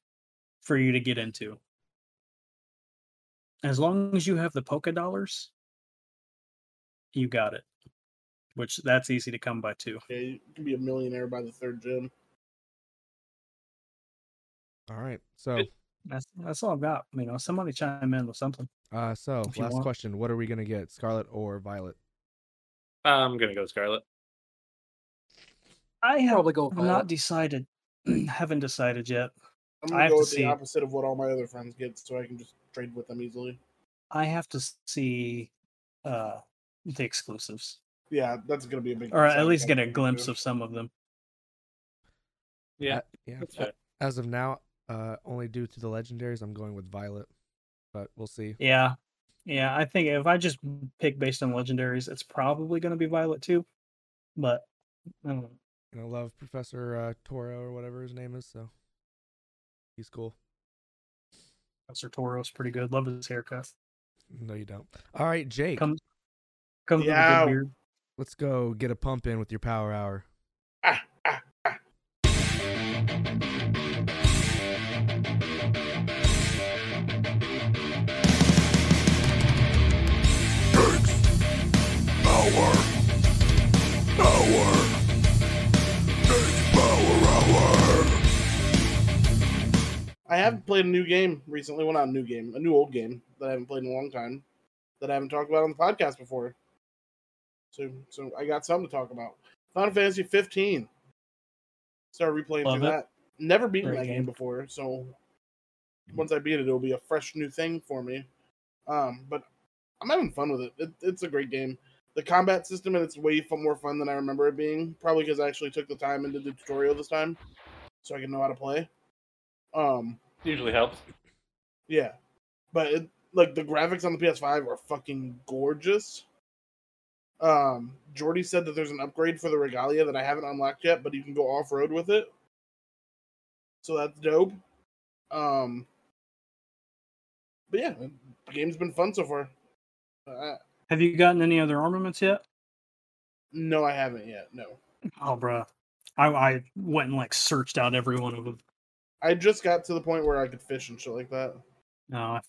C: for you to get into. As long as you have the polka dollars, you got it. Which that's easy to come by too.
E: Yeah, you can be a millionaire by the third gym.
A: All right. So,
C: That's that's all I've got. You know, somebody chime in with something.
A: uh, so
C: If you
A: last
C: want.
A: question: What are we gonna get, Scarlet or Violet?
B: I'm gonna go Scarlet.
C: I have
D: Probably go
C: not
D: Violet.
C: decided. [clears throat] haven't decided yet. I
E: I'm gonna
C: have
E: go
C: to
E: with
C: see.
E: the opposite of what all my other friends get, so I can just trade with them easily.
C: I have to s- see uh the exclusives.
E: Yeah, that's gonna be a big.
C: Or at
E: deciding
C: least get a
E: factor,
C: glimpse
E: too.
C: of some of them.
B: Yeah,
A: Uh, yeah.
B: that's fair.
A: As of now, uh, only due to the legendaries, I'm going with Violet, but we'll see.
C: Yeah. Yeah, I think if I just pick based on legendaries, it's probably gonna be Violet too. But um, I don't know.
A: And I love Professor uh, Toro or whatever his name is, so he's cool.
C: Professor Toro's pretty good. Love his haircut.
A: No, you don't. All right, Jake,
C: Come- Comes
E: Yeah.
C: with a good beard.
A: let's go get a pump in with your power hour.
E: Ah, ah, ah. I have played a new game recently. Well, not a new game, a new old game that I haven't played in a long time that I haven't talked about on the podcast before. So, so I got something to talk about. Final Fantasy 15. Started replaying
C: Love
E: through
C: it.
E: that. Never beaten
C: Great
E: that game.
C: game.
E: before, so once I beat it, it'll be a fresh new thing for me. Um, but I'm having fun with it. it it's a great game. The combat system and it's way fu- more fun than I remember it being. Probably because I actually took the time and did the tutorial this time, so I can know how to play. Um,
B: Usually helps.
E: yeah, but it, like the graphics on the PS5 are fucking gorgeous. Um, Jordy said that there's an upgrade for the Regalia that I haven't unlocked yet, but you can go off road with it. So that's dope. Um, but yeah, the game's been fun so far. Uh,
C: Have you gotten any other armaments yet?
E: no, I haven't yet. No,
C: Oh bruh. I, I went and like searched out every one of them.
E: I just got to the point where I could fish and shit like that.
C: No, Oh, I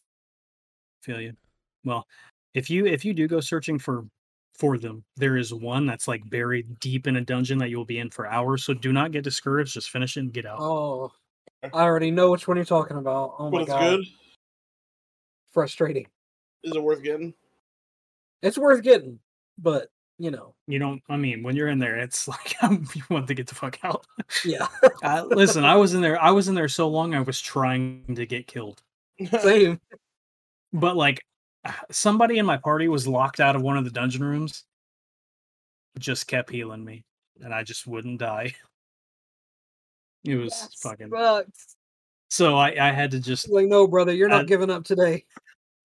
C: feel you. Well, if you if you do go searching for for them, there is one that's like buried deep in a dungeon that you will be in for hours. So do not get discouraged. Just finish it and get out.
D: Oh, I already know which one you're talking about.
E: But
D: Oh my
E: it's
D: god,
E: good.
D: frustrating.
E: Is it worth getting?
D: It's worth getting, but you know,
C: You don't. I mean, when you're in there, it's [laughs] like um, you want to get the fuck out.
D: yeah,
C: I, listen, I was in there. I was in there so long. I was trying to get killed.
D: same.
C: but like [sighs] somebody in my party was locked out of one of the dungeon rooms just kept healing me and i just wouldn't die [laughs] it was
D: That
C: fucking
D: sucks.
C: so i i had to just
D: Like, no, brother, you're not
C: Uh,
D: giving up today.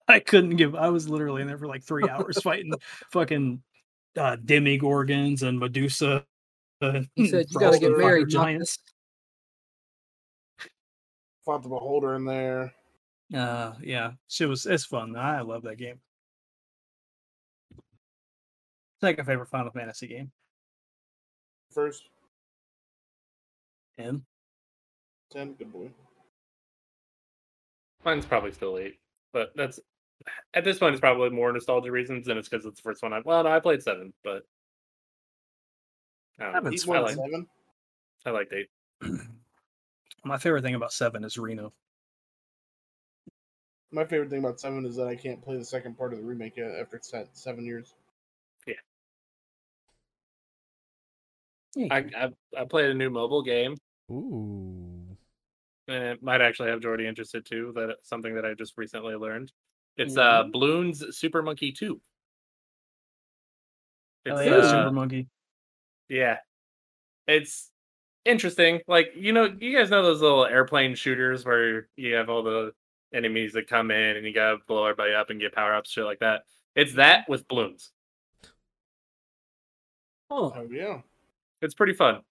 C: i couldn't give i was literally in there for like three
D: [laughs]
C: hours fighting fucking uh demigorgons and medusa uh,
D: He said, "You gotta get
C: fire
D: married, not
C: giants
E: Fought the Beholder in there.
C: uh yeah she was it's fun i love that game it's like a favorite final fantasy game
E: First
C: and
E: ten, good boy.
B: Mine's probably still eight, but that's at this point it's probably more nostalgia reasons than it's because it's the first one I well no I played seven, but I, don't know.
C: Seven's
B: I
E: One
B: like
E: seven.
B: I liked eight.
C: My favorite thing about Seven is Reno.
E: My favorite thing about seven is that I can't play the second part of the remake yet after it's set seven years.
B: I, I I played a new mobile game
A: Ooh,
B: and it might actually have Jordy interested too. That it's something that I just recently learned. It's uh
D: Mhm.
B: Bloons Super Monkey Two.
C: Oh,
B: It's
D: yeah.
B: uh,
C: Super Monkey.
B: Yeah. It's interesting. Like, you know, you guys know those little airplane shooters where you have all the enemies that come in and you gotta blow everybody up and get power ups, shit like that. It's that with balloons.
D: Huh.
E: Oh yeah.
B: It's pretty fun.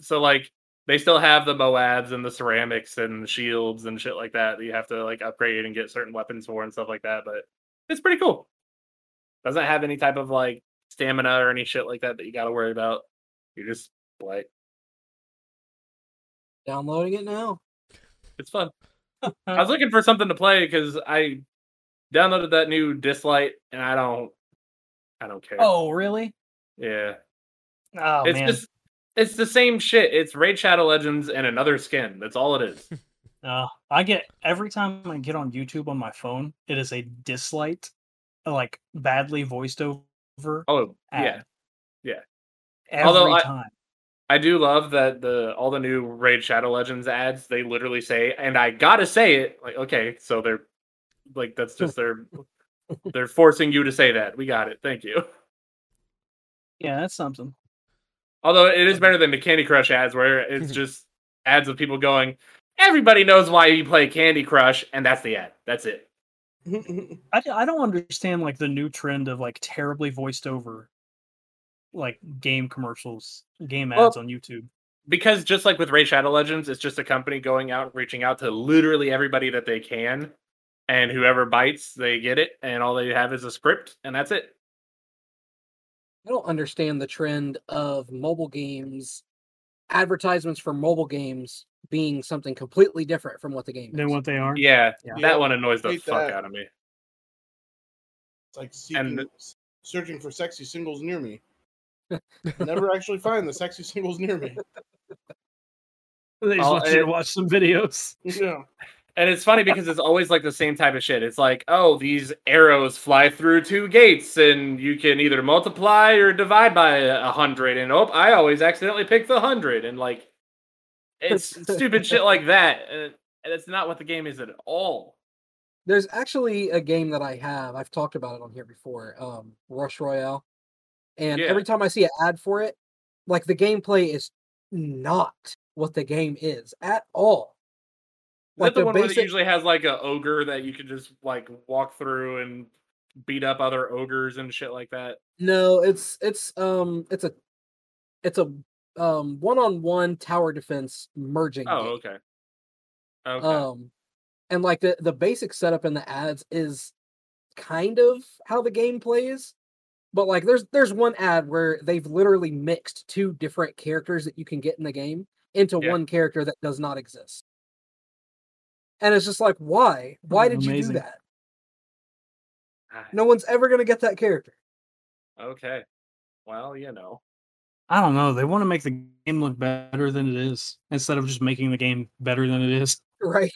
B: So like they still have the Moabs and the ceramics and the shields and shit like that that you have to like upgrade and get certain weapons for and stuff like that. But it's pretty cool. Doesn't have any type of like stamina or any shit like that that you got to worry about. You just play.
D: Downloading it now.
G: [laughs]
B: It's fun. I was looking for something to play because I downloaded that new Dislight and I don't, I don't care.
G: Oh, really?
B: Yeah,
G: Oh
B: it's
G: man.
B: just it's the same shit. It's Raid Shadow Legends and another skin. That's all it
G: [laughs]
B: is.
G: Uh, I get every time I get on YouTube on my phone, it is a dislight, like badly voiced over
B: Oh
G: ad.
B: yeah,
G: every
B: Although I-
G: time.
B: I do love that the all the new Raid Shadow Legends ads. They literally say, and I gotta say it. Like okay, so they're like that's just their they're forcing you to say that. We got it. Thank you.
G: Yeah, that's something.
B: Although it is better than the Candy Crush ads, where it's just ads of people going, everybody knows why you play Candy Crush, and that's the ad. That's it.
G: I, d- I don't understand like the new trend of like terribly voiced over, like game commercials, game
B: Well-
G: ads on YouTube.
B: because just like with Raid Shadow Legends, it's just a company going out and reaching out to literally everybody that they can, and whoever bites, they get it, and all they have is a script, and that's it.
D: I don't understand the trend of mobile games, advertisements for mobile games being something completely different from what the game is.
C: Then what they are?
B: Yeah,
E: Yeah,
B: that one annoys the
E: hate
B: fuck
E: that.
B: out of me.
E: It's like seeking,
B: the-
E: searching for sexy singles near me. Never actually find the sexy singles near me. [laughs]
C: They just
B: Oh,
C: want you
B: it-
C: to watch some videos.
E: Yeah.
B: And it's funny because it's always like the same type of shit. It's like, oh, these arrows fly through two gates, and you can either multiply or divide by a hundred. And oh, I always accidentally pick the hundred, and like, it's stupid shit like that, and and it's not what the game is at all.
D: There's actually a game that I have. I've talked about it on here before. Um, Rush Royale, and
B: Yeah.
D: every time I see an ad for it, like the gameplay is not what the game is at all.
B: Is that the,
D: the
B: one where it
D: basic-
B: usually has like a ogre that you can just like walk through and beat up other ogres and shit like that?
D: No, it's it's um it's a it's a um one-on-one tower defense merging.
B: Oh,
D: game.
B: okay. Okay.
D: Um, and like the the basic setup in the ads is kind of how the game plays, but like there's there's one ad where they've literally mixed two different characters that you can get in the game into
B: Yeah.
D: one character that does not exist. And it's just like, why? Why
C: Oh,
D: did
C: amazing.
D: you do that?
B: Ah,
D: No one's ever gonna get that character. [laughs]
B: okay. Well, you know.
C: I don't know. They want to make the game look better than it is instead of just making the game better than it is.
D: Right.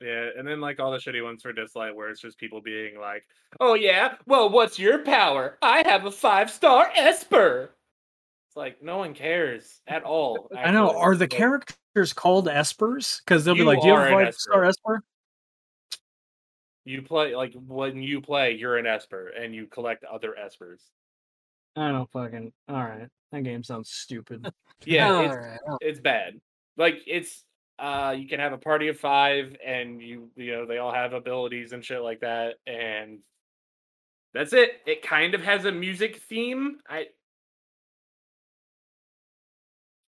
B: Yeah, and then like all the shitty ones for dislike where it's just people being like, "Oh yeah, well what's your power? I have a five-star Esper." It's like no one cares at all.
C: I know.
B: actually.
C: Are the
B: Like,
C: characters called espers? Because they'll
B: You
C: be like, "Do you
B: are
C: have
B: an
C: five star esper?"
B: you play like when you play, you're an Esper and you collect other Espers.
C: I don't fucking. All right, that game sounds
G: [laughs]
C: stupid.
B: Yeah, it's
D: Alright, oh,
B: it's bad. Like it's uh you can have a party of five and you you know they all have abilities and shit like that and that's it. It kind of has a music theme. I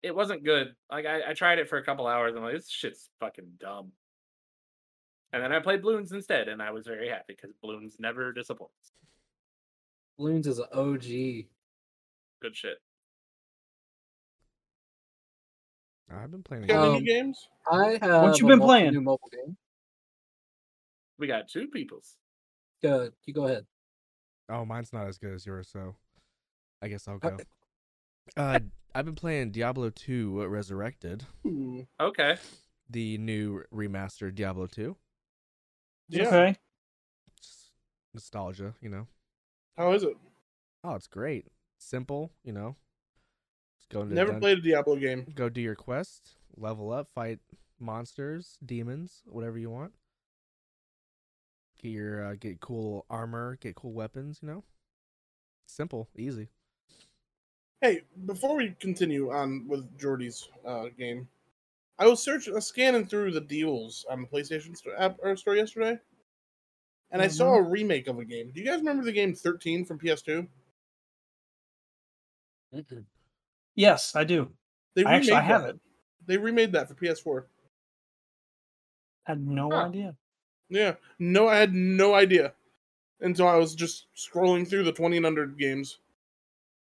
B: it wasn't good. Like I, I tried it for a couple hours and I'm like this shit's fucking dumb. And then I played Bloons instead and I was very happy because Bloons never disappoints.
D: Bloons is an OG.
B: Good shit.
A: I've been playing. a game.
E: Got any
D: Yeah. Um,
E: new games?
D: I have
C: you
D: a
C: been
D: mul-
C: playing?
D: new mobile game.
B: We got two peoples.
D: Good. You go ahead.
A: Oh, mine's not as good as yours, so I guess I'll
D: Uh,
A: go. Uh, I've been playing Diablo 2 Resurrected,
E: Ooh.
B: Okay.
A: the new remastered Diablo 2.
E: Yeah.
C: Okay.
A: Just nostalgia, you know.
E: How is it?
A: Oh, it's great. Simple, you know. Just go into the
E: Never
A: dun-
E: played a Diablo game.
A: Go do your quest, level up, fight monsters, demons, whatever you want. Get your uh, get cool armor, get cool weapons, you know. Simple, [laughs] easy.
E: Hey, before we continue on with Jordy's uh, game, I was searching, uh, scanning through the deals on the PlayStation st- app or store yesterday, and I saw a remake of a game. Do you guys remember the game 13 from PS2?
D: Mm-mm.
G: Yes, I do.
E: They
G: I actually I
E: remade
G: have
E: that.
G: it.
E: They remade that for PS4.
G: had no
E: Huh.
G: idea.
E: Yeah. No, I had no idea. And so I was just scrolling through the 20 and under games.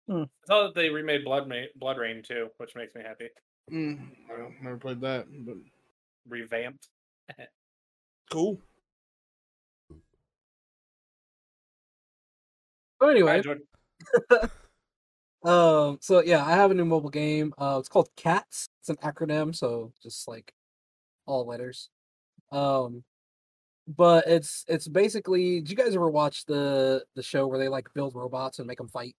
B: I saw that they remade Blood Ma- Blood Rain too, which makes me happy.
E: Mm, I don't- never played that, but
B: Revamped.
E: cool.
D: So
B: I
D: anyway,
B: enjoyed
D: um, so yeah, I have a new mobile game. Uh, it's called Cats. It's an acronym, so just like all letters. Um, but it's it's basically. Did you guys ever watch the the show where they like build robots and make them fight?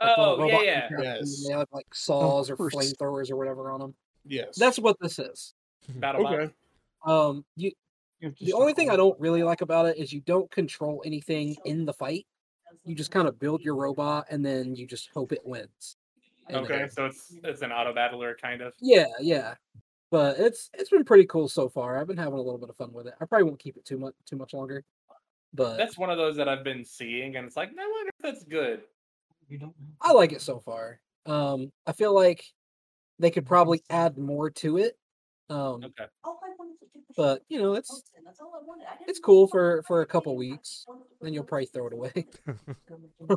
D: Like, little
B: Oh yeah,
D: robot
B: [laughs] yeah.
D: contraptions,
E: Yes.
D: and They have like saws or
G: course.
D: flamethrowers or whatever on them.
E: Yes.
D: That's what this is.
B: Battle Bot.
E: okay.
D: Um, you, the only thing I don't really like about it is you don't control anything in the fight. You just kind of build your robot and then you just hope it wins. And, uh,
B: Okay, so it's it's an auto battler kind of.
D: Yeah, yeah. But it's it's been pretty cool so far. I've been having a little bit of fun with it. I probably won't keep it too much too much longer. But
B: That's one of those that I've been seeing, and it's like, no wonder if that's good.
G: You don't know.
D: I like it so far. Um I feel like they could probably add more to it. Um
B: Okay,
D: but you know it's it's cool for for a couple weeks. Then you'll probably throw it away. [laughs]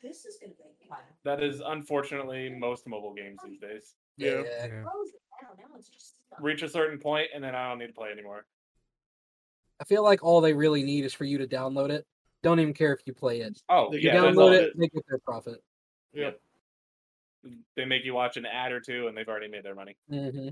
H: This is gonna be fun.
B: that is unfortunately most mobile games these days.
E: Yeah.
A: Yeah.
B: Reach a certain point, and then I don't need to play anymore.
D: I feel like all they really need is for you to download it. Don't even care if you play it.
B: Oh
E: They
D: You
E: can
B: yeah, that's all
D: download
B: it
D: it, they get their profit.
B: is. They make you watch an ad or two, and they've already made their money.
D: hmm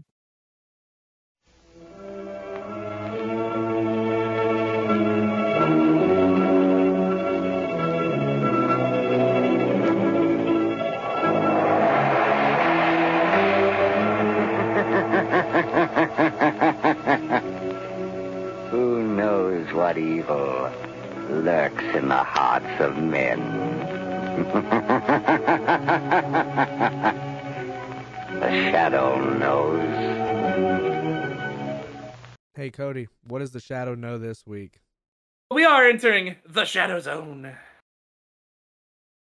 I: [laughs] Who knows what evil lurks in the hearts of men? [laughs] the shadow knows.
A: Hey Cody, what does the shadow know this week?
B: We are entering the Shadow Zone.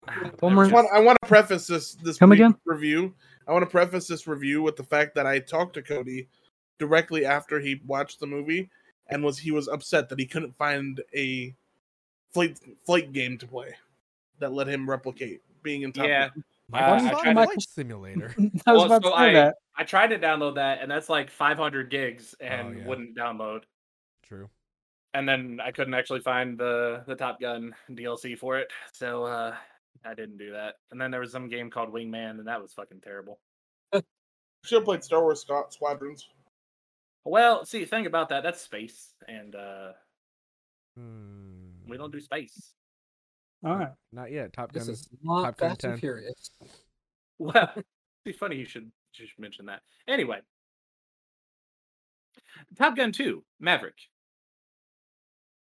B: Ah,
G: One
B: there
G: more-
B: we
E: I
B: go.
E: want, I want to preface this this
G: Come
E: brief
G: again?
E: review. I want to preface this review with the fact that I talked to Cody directly after he watched the movie and was he was upset that he couldn't find a flight flight game to play that let him replicate being in top.
B: Yeah,
E: Gun.
B: Uh, I
A: Microsoft
B: tried-
A: Flight
D: [laughs]
A: Simulator. [laughs]
G: [laughs] I was
B: Well,
G: about to
B: so
G: say
B: I-
G: that.
B: I tried to download that, and that's like 500 gigs, and
A: yeah.
B: wouldn't download.
A: True.
B: and then I couldn't actually find the the Top Gun DLC for it, so uh, I didn't do that. And then there was some game called Wingman, and that was fucking terrible.
E: Should have played Star Wars Squ- Squadrons.
B: Well, see, think about that. That's space, and uh, we don't do space.
G: All right.
A: Hmm. Not yet. Top Gun is
D: This is not
A: Top Gun
D: Fast and
A: 10.
D: Furious.
B: Well, [laughs] it'd be funny you should you should mention that. Anyway, Top Gun Two, Maverick,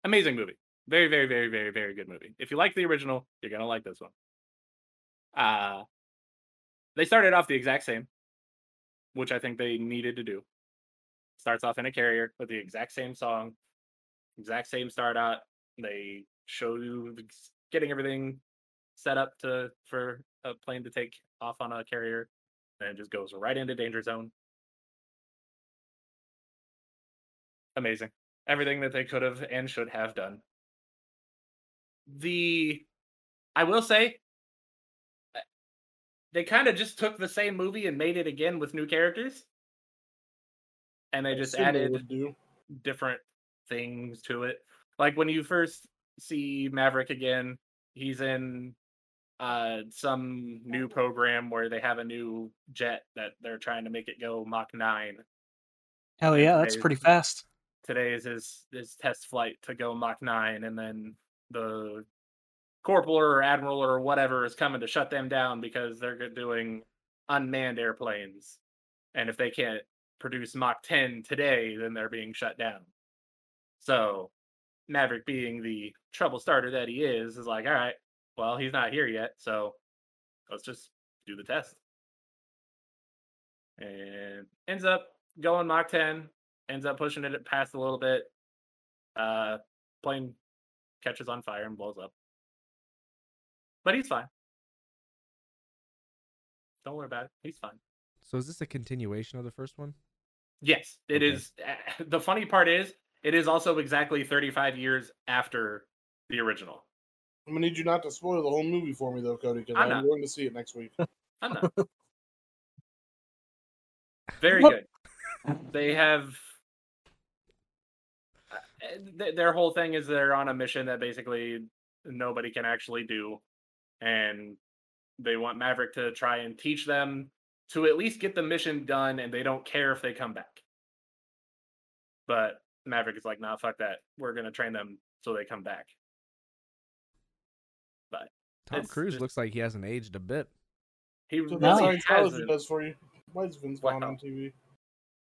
B: amazing movie. Very, very, very, very, very good movie. If you like the original, you're gonna like this one. Uh they started off the exact same, which I think they needed to do. Starts off in a carrier with the exact same song, exact same start out. They show you the- getting everything set up to for a plane to take off on a carrier, and it just goes right into danger zone. Amazing. Everything that they could have and should have done. The I will say uh, they kind of just took the same movie and made it again with new characters. And they just
E: Assume they
B: added
E: would do.
B: different things to it. Like when you first see Maverick again, he's in uh some new program where they have a new jet that they're trying to make it go Mach 9.
G: Hell yeah, that's
B: Okay.
G: pretty fast.
B: Today is his his test flight to go Mach 9 and then the corporal or admiral or whatever is coming to shut them down because they're go- doing unmanned airplanes. And if they can't produce Mach 10 today, then they're being shut down. So Maverick, being the trouble starter that he is, is like, all right, well, he's not here yet, so let's just do the test. And ends up going Mach 10, ends up pushing it past a little bit. Uh, plane catches on fire and blows up. But he's fine. Don't worry about it. He's fine.
A: So is this a continuation of the first one?
B: Yes, it
A: Okay.
B: is. eh, [laughs] The funny part is, it is also exactly 35 years after the original.
E: I'm gonna need you not to spoil the whole movie for me though, Cody, because
B: I'm
E: I'm,
B: not.
E: willing to see it next week.
B: I'm not. Very
D: What?
B: good. They have. uh, th- Their whole thing is they're on a mission that basically nobody can actually do. And they want Maverick to try and teach them to at least get the mission done, and they don't care if they come back. But Maverick is like, nah, fuck that. We're going to train them so they come back.
A: Tom
B: It's-
A: Cruise
B: it's-
A: looks like he hasn't aged a bit.
B: He
E: So
B: really
E: that's how
B: hasn't.
E: Charles does for you. Why is Vince Vaughn
B: Wow.
E: on TV?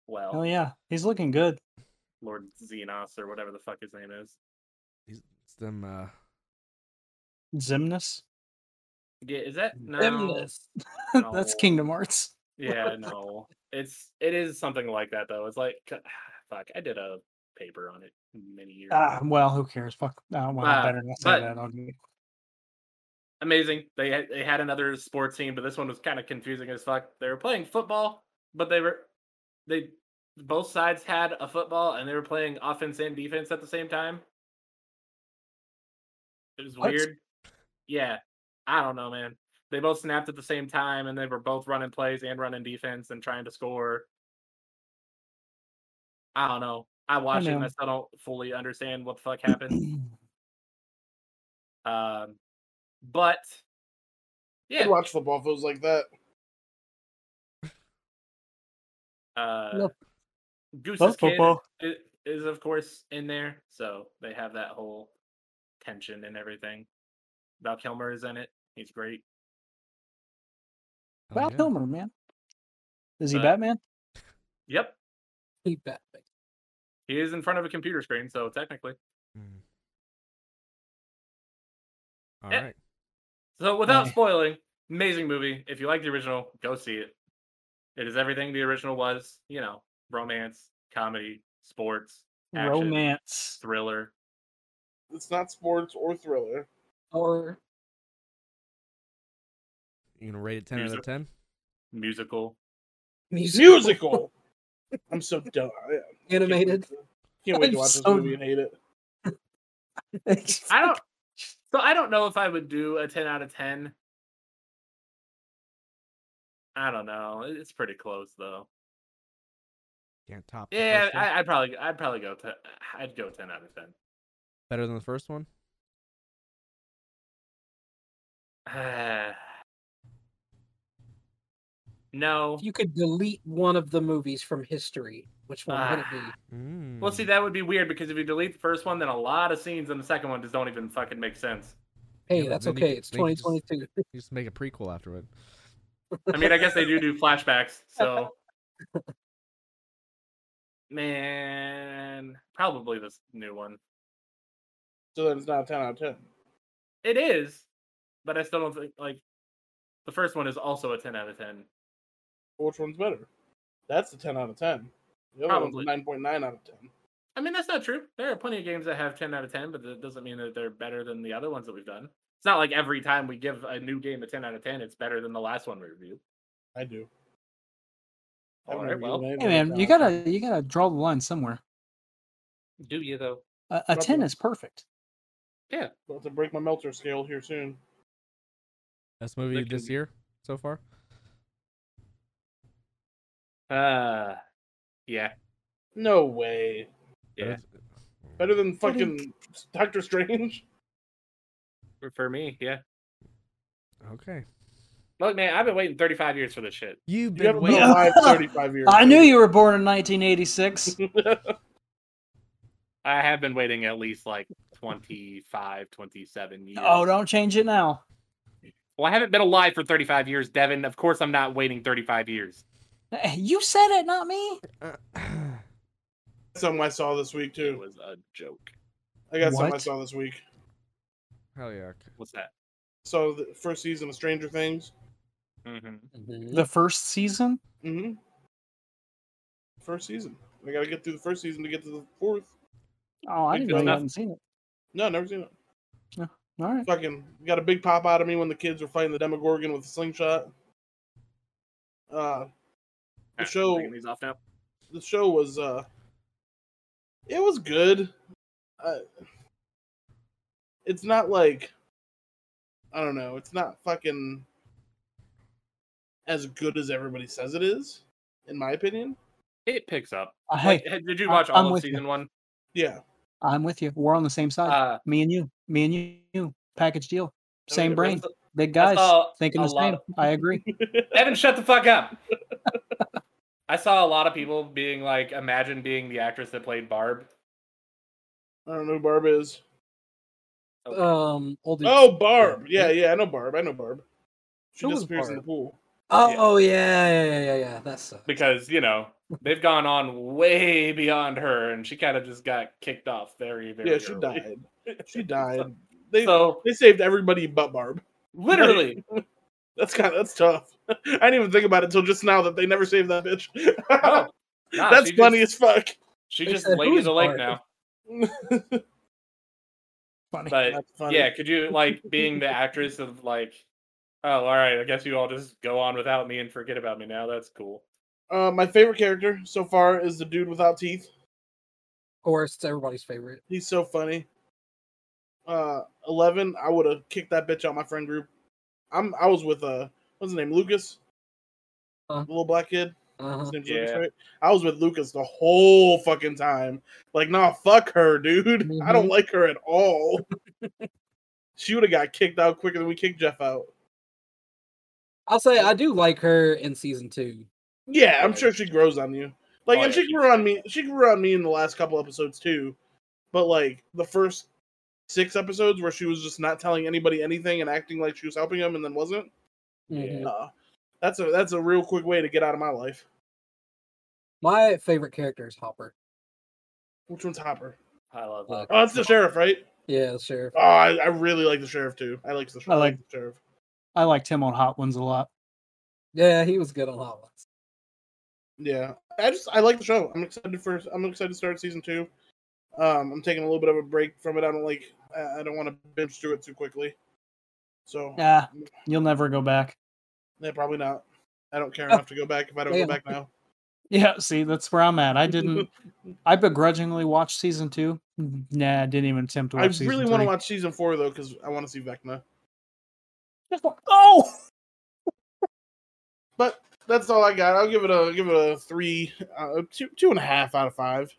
B: Well,
G: Oh yeah, he's looking good.
B: Lord Xenos or whatever the fuck his name is.
A: He's it's them. Uh,
G: Zimnus. [laughs]
B: Yeah, is that no?
G: Zimnus. That's
B: No.
G: Kingdom Hearts.
B: Yeah, no. It's it is something like that though. It's like c- [sighs] fuck. I did a paper on it many years.
G: Ah,
B: ago.
G: well, who cares? Fuck. Uh, well,
B: Ah,
G: better not say
B: but-
G: that. I'll get-
B: Amazing. They had- they had another sports team, but this one was kind of confusing as fuck. They were playing football, but they were they both sides had a football and they were playing offense and defense at the same time. It was
G: What?
B: weird. Yeah, I don't know, man. They both snapped at the same time, and they were both running plays and running defense and trying to score. I don't know. I watched it, and
G: know.
B: I still don't fully understand what the fuck happened.
G: [clears throat]
B: Um, but
E: I'd
B: yeah,
E: watch football if it was like that.
B: uh,
D: No.
B: Goose's
G: Love
B: kid
G: football.
B: i- is of course in there, so they have that whole tension and everything. Val Kilmer is in it. He's great.
A: oh,
G: Val
A: yeah.
G: Kilmer, man. Is he
B: Uh,
G: Batman?
B: Yep,
D: Keep that. thing.
B: he is in front of a computer screen, so technically.
A: Mm. All
B: Eh.
A: right.
B: So without
G: Yeah.
B: spoiling, amazing movie. If you like the original, go see it. It is everything the original was. You know, romance, comedy, sports, action,
G: Romance.
B: thriller.
E: It's not sports or thriller.
D: Or
A: You gonna rate it ten out
B: Music.
A: of ten?
B: musical.
D: music,
B: [laughs]
E: Musical. I'm so dumb. I- I can't wait
D: [laughs] animated.
E: to- Can't wait to
G: I'm
E: watch this
G: so-
E: movie and hate it.
B: I don't. So I don't know if I would do a ten out of ten. I don't know. It- It's pretty close though.
A: Can't top. the
B: Yeah,
A: first one?
B: I, I'd probably, I'd probably go to, I'd go ten out of ten.
A: better than the first one.
B: [sighs] no.
D: If you could delete one of the movies from history, which one would it be?
B: Ah.
A: Mm.
B: Well, see, that would be weird because if you delete the first one, then a lot of scenes in the second one just don't even fucking make sense.
D: Hey,
A: but
D: that's
A: then you
D: okay.
A: could-
D: It's
A: then you could just-
D: 2022.
A: You just make a prequel after it.
B: I mean, I guess they do do flashbacks, so. Man, probably this new one.
E: So then it's not a ten out of ten.
B: It is, but I still don't think, like, the first one is also a 10 out of 10.
E: Which one's better? That's a ten out of ten. The other
B: Probably.
E: one's nine point nine out of ten.
B: I mean, that's not true. There are plenty of games that have 10 out of 10, but that doesn't mean that they're better than the other ones that we've done. It's not like every time we give a new game a 10 out of 10, it's better than the last one we reviewed.
E: I do.
B: All right, well.
G: Hey man, you gotta you gotta draw the line somewhere.
B: Do you, though?
G: A, a ten
E: Probably.
G: is perfect.
E: About to break my Melter scale here soon.
A: Best movie
B: That can
A: this
B: be-
A: year so far.
B: Uh, yeah.
E: No way.
B: Yeah.
A: Better th-
E: Better than fucking Doctor Strange. [laughs]
B: For- For me, yeah.
A: Okay.
B: Look, man, I've been waiting 35 years for this shit.
A: You've
E: You
A: been
E: haven't been
A: waiting.
G: Yeah.
E: alive thirty-five years.
G: [laughs] I knew you were born in 1986.
B: I have been waiting at least like 25, 27 years.
G: Oh, don't change it now.
B: Well, I haven't been alive for 35 years, Devin. Of course, I'm not waiting 35 years.
G: Eh, You said it, not me.
A: Uh,
E: Something I saw this week
B: It
E: too.
B: was a joke.
E: I got something I
G: What?
E: saw this week.
A: [sighs] Hell yeah. okay.
B: What's that?
E: So the first season of Stranger Things.
B: hmm
C: Mm-hmm.
G: The first season.
E: Mm-hmm. First season. I gotta get through the first season to get to the fourth.
G: Oh, I didn't know
B: Because
G: you
B: that's-
G: hadn't seen it.
E: No, never seen it.
G: All right.
E: Fucking got a big pop out of me when the kids were fighting the Demogorgon with a slingshot. Uh,
B: Alright,
E: show-
B: taking these off now.
E: the show was uh it was good uh, it's not like i don't know it's not fucking as good as everybody says it is in my opinion
B: It picks up.
G: Uh,
B: Like,
G: hey,
B: did you
G: I-
B: watch
G: I'm
B: all of
G: with you.
B: season one?
E: yeah
G: I'm with you. We're on the same side.
B: Uh,
G: me and you. Me and you. you. Package deal. Same
E: yeah,
G: brain.
B: that's-
G: Big
B: I
G: guys
B: saw
G: thinking
B: a
G: the
B: lot
G: same. I agree.
B: [laughs] Evan, shut the fuck up. [laughs] I saw a lot of people being like, imagine being the actress that played Barb.
E: i don't know who barb is
D: Um, old dude.
E: oh barb yeah yeah i know barb i know barb she
D: Who was
E: disappears in the
D: Barb?
E: pool
D: oh,
B: yeah.
D: oh, yeah, yeah, yeah, yeah, yeah. That's uh,
B: because you know they've gone on way beyond her, and she kind of just got kicked off very, very.
E: yeah she
B: early. [laughs]
E: died she died they
B: So
E: they saved everybody but barb [laughs]
B: literally,
E: that's kind of that's tough [laughs] i didn't even think about it until just now that they never saved that bitch [laughs]
B: no, nah,
E: That's
B: Oh, she
E: funny
B: Just,
E: as fuck.
B: she
D: They
B: just
D: said,
B: laid
D: "Who's
B: the lake
D: Barb?"
B: now.
G: Funny.
B: But
E: That's funny.
B: yeah, could you like being the actress of like, oh, all right, I guess you all just go on without me and forget about me now. That's cool.
E: Uh, my favorite character so far is the dude without teeth.
D: of course it's everybody's favorite.
E: He's so funny. Uh, Eleven, I would have kicked that bitch out my friend group. I'm I was with uh what's his name Lucas,
D: Huh?
E: the little black kid.
D: Uh-huh.
E: His name's Lucas,
B: Yeah.
E: right? I was with Lucas the whole fucking time. Like, nah, fuck her, dude. I don't
D: Mhm.
E: like her at all. [laughs] she would have got kicked out quicker than we kicked Jeff out.
D: I'll say I do like her in season two.
E: Yeah, I'm
B: Right.
E: sure she grows on you. Like,
B: Oh,
E: and
B: yeah,
E: she
B: she
E: grew on me. She grew on me in the last couple episodes too, but like the first six episodes where she was just not telling anybody anything and acting like she was helping him and then wasn't.
D: Mhm.
E: Uh, that's a that's a real quick way to get out of my life.
D: My favorite character is Hopper.
E: Which one's Hopper?
B: I love
D: Look.
B: that.
E: Oh, that's the sheriff, right?
D: Yeah, the sheriff.
E: Oh, I, I really like the sheriff too. I like the, sh-
G: I like-
E: the sheriff.
G: I liked him on Hot Ones a lot.
D: Yeah, he was good on Hot Ones.
E: Yeah, I just I like the show. I'm excited for I'm excited to start season two. Um, I'm taking a little bit of a break from it. I don't like I I don't want to binge through it too quickly. So
G: Nah, you'll never go back. [laughs]
E: Yeah, probably not. I don't care
G: Oh,
E: enough to go back if I don't
D: damn.
E: go back now.
G: Yeah, see, that's where I'm at. I didn't. I begrudgingly watched season two. Nah, I didn't even attempt to
E: I
G: watch season
E: really want
G: three.
E: to watch season four though because I want to see Vecna.
G: Just like, Oh,
E: But that's all I got. I'll give it a give it a three, uh, two two and a half out of five.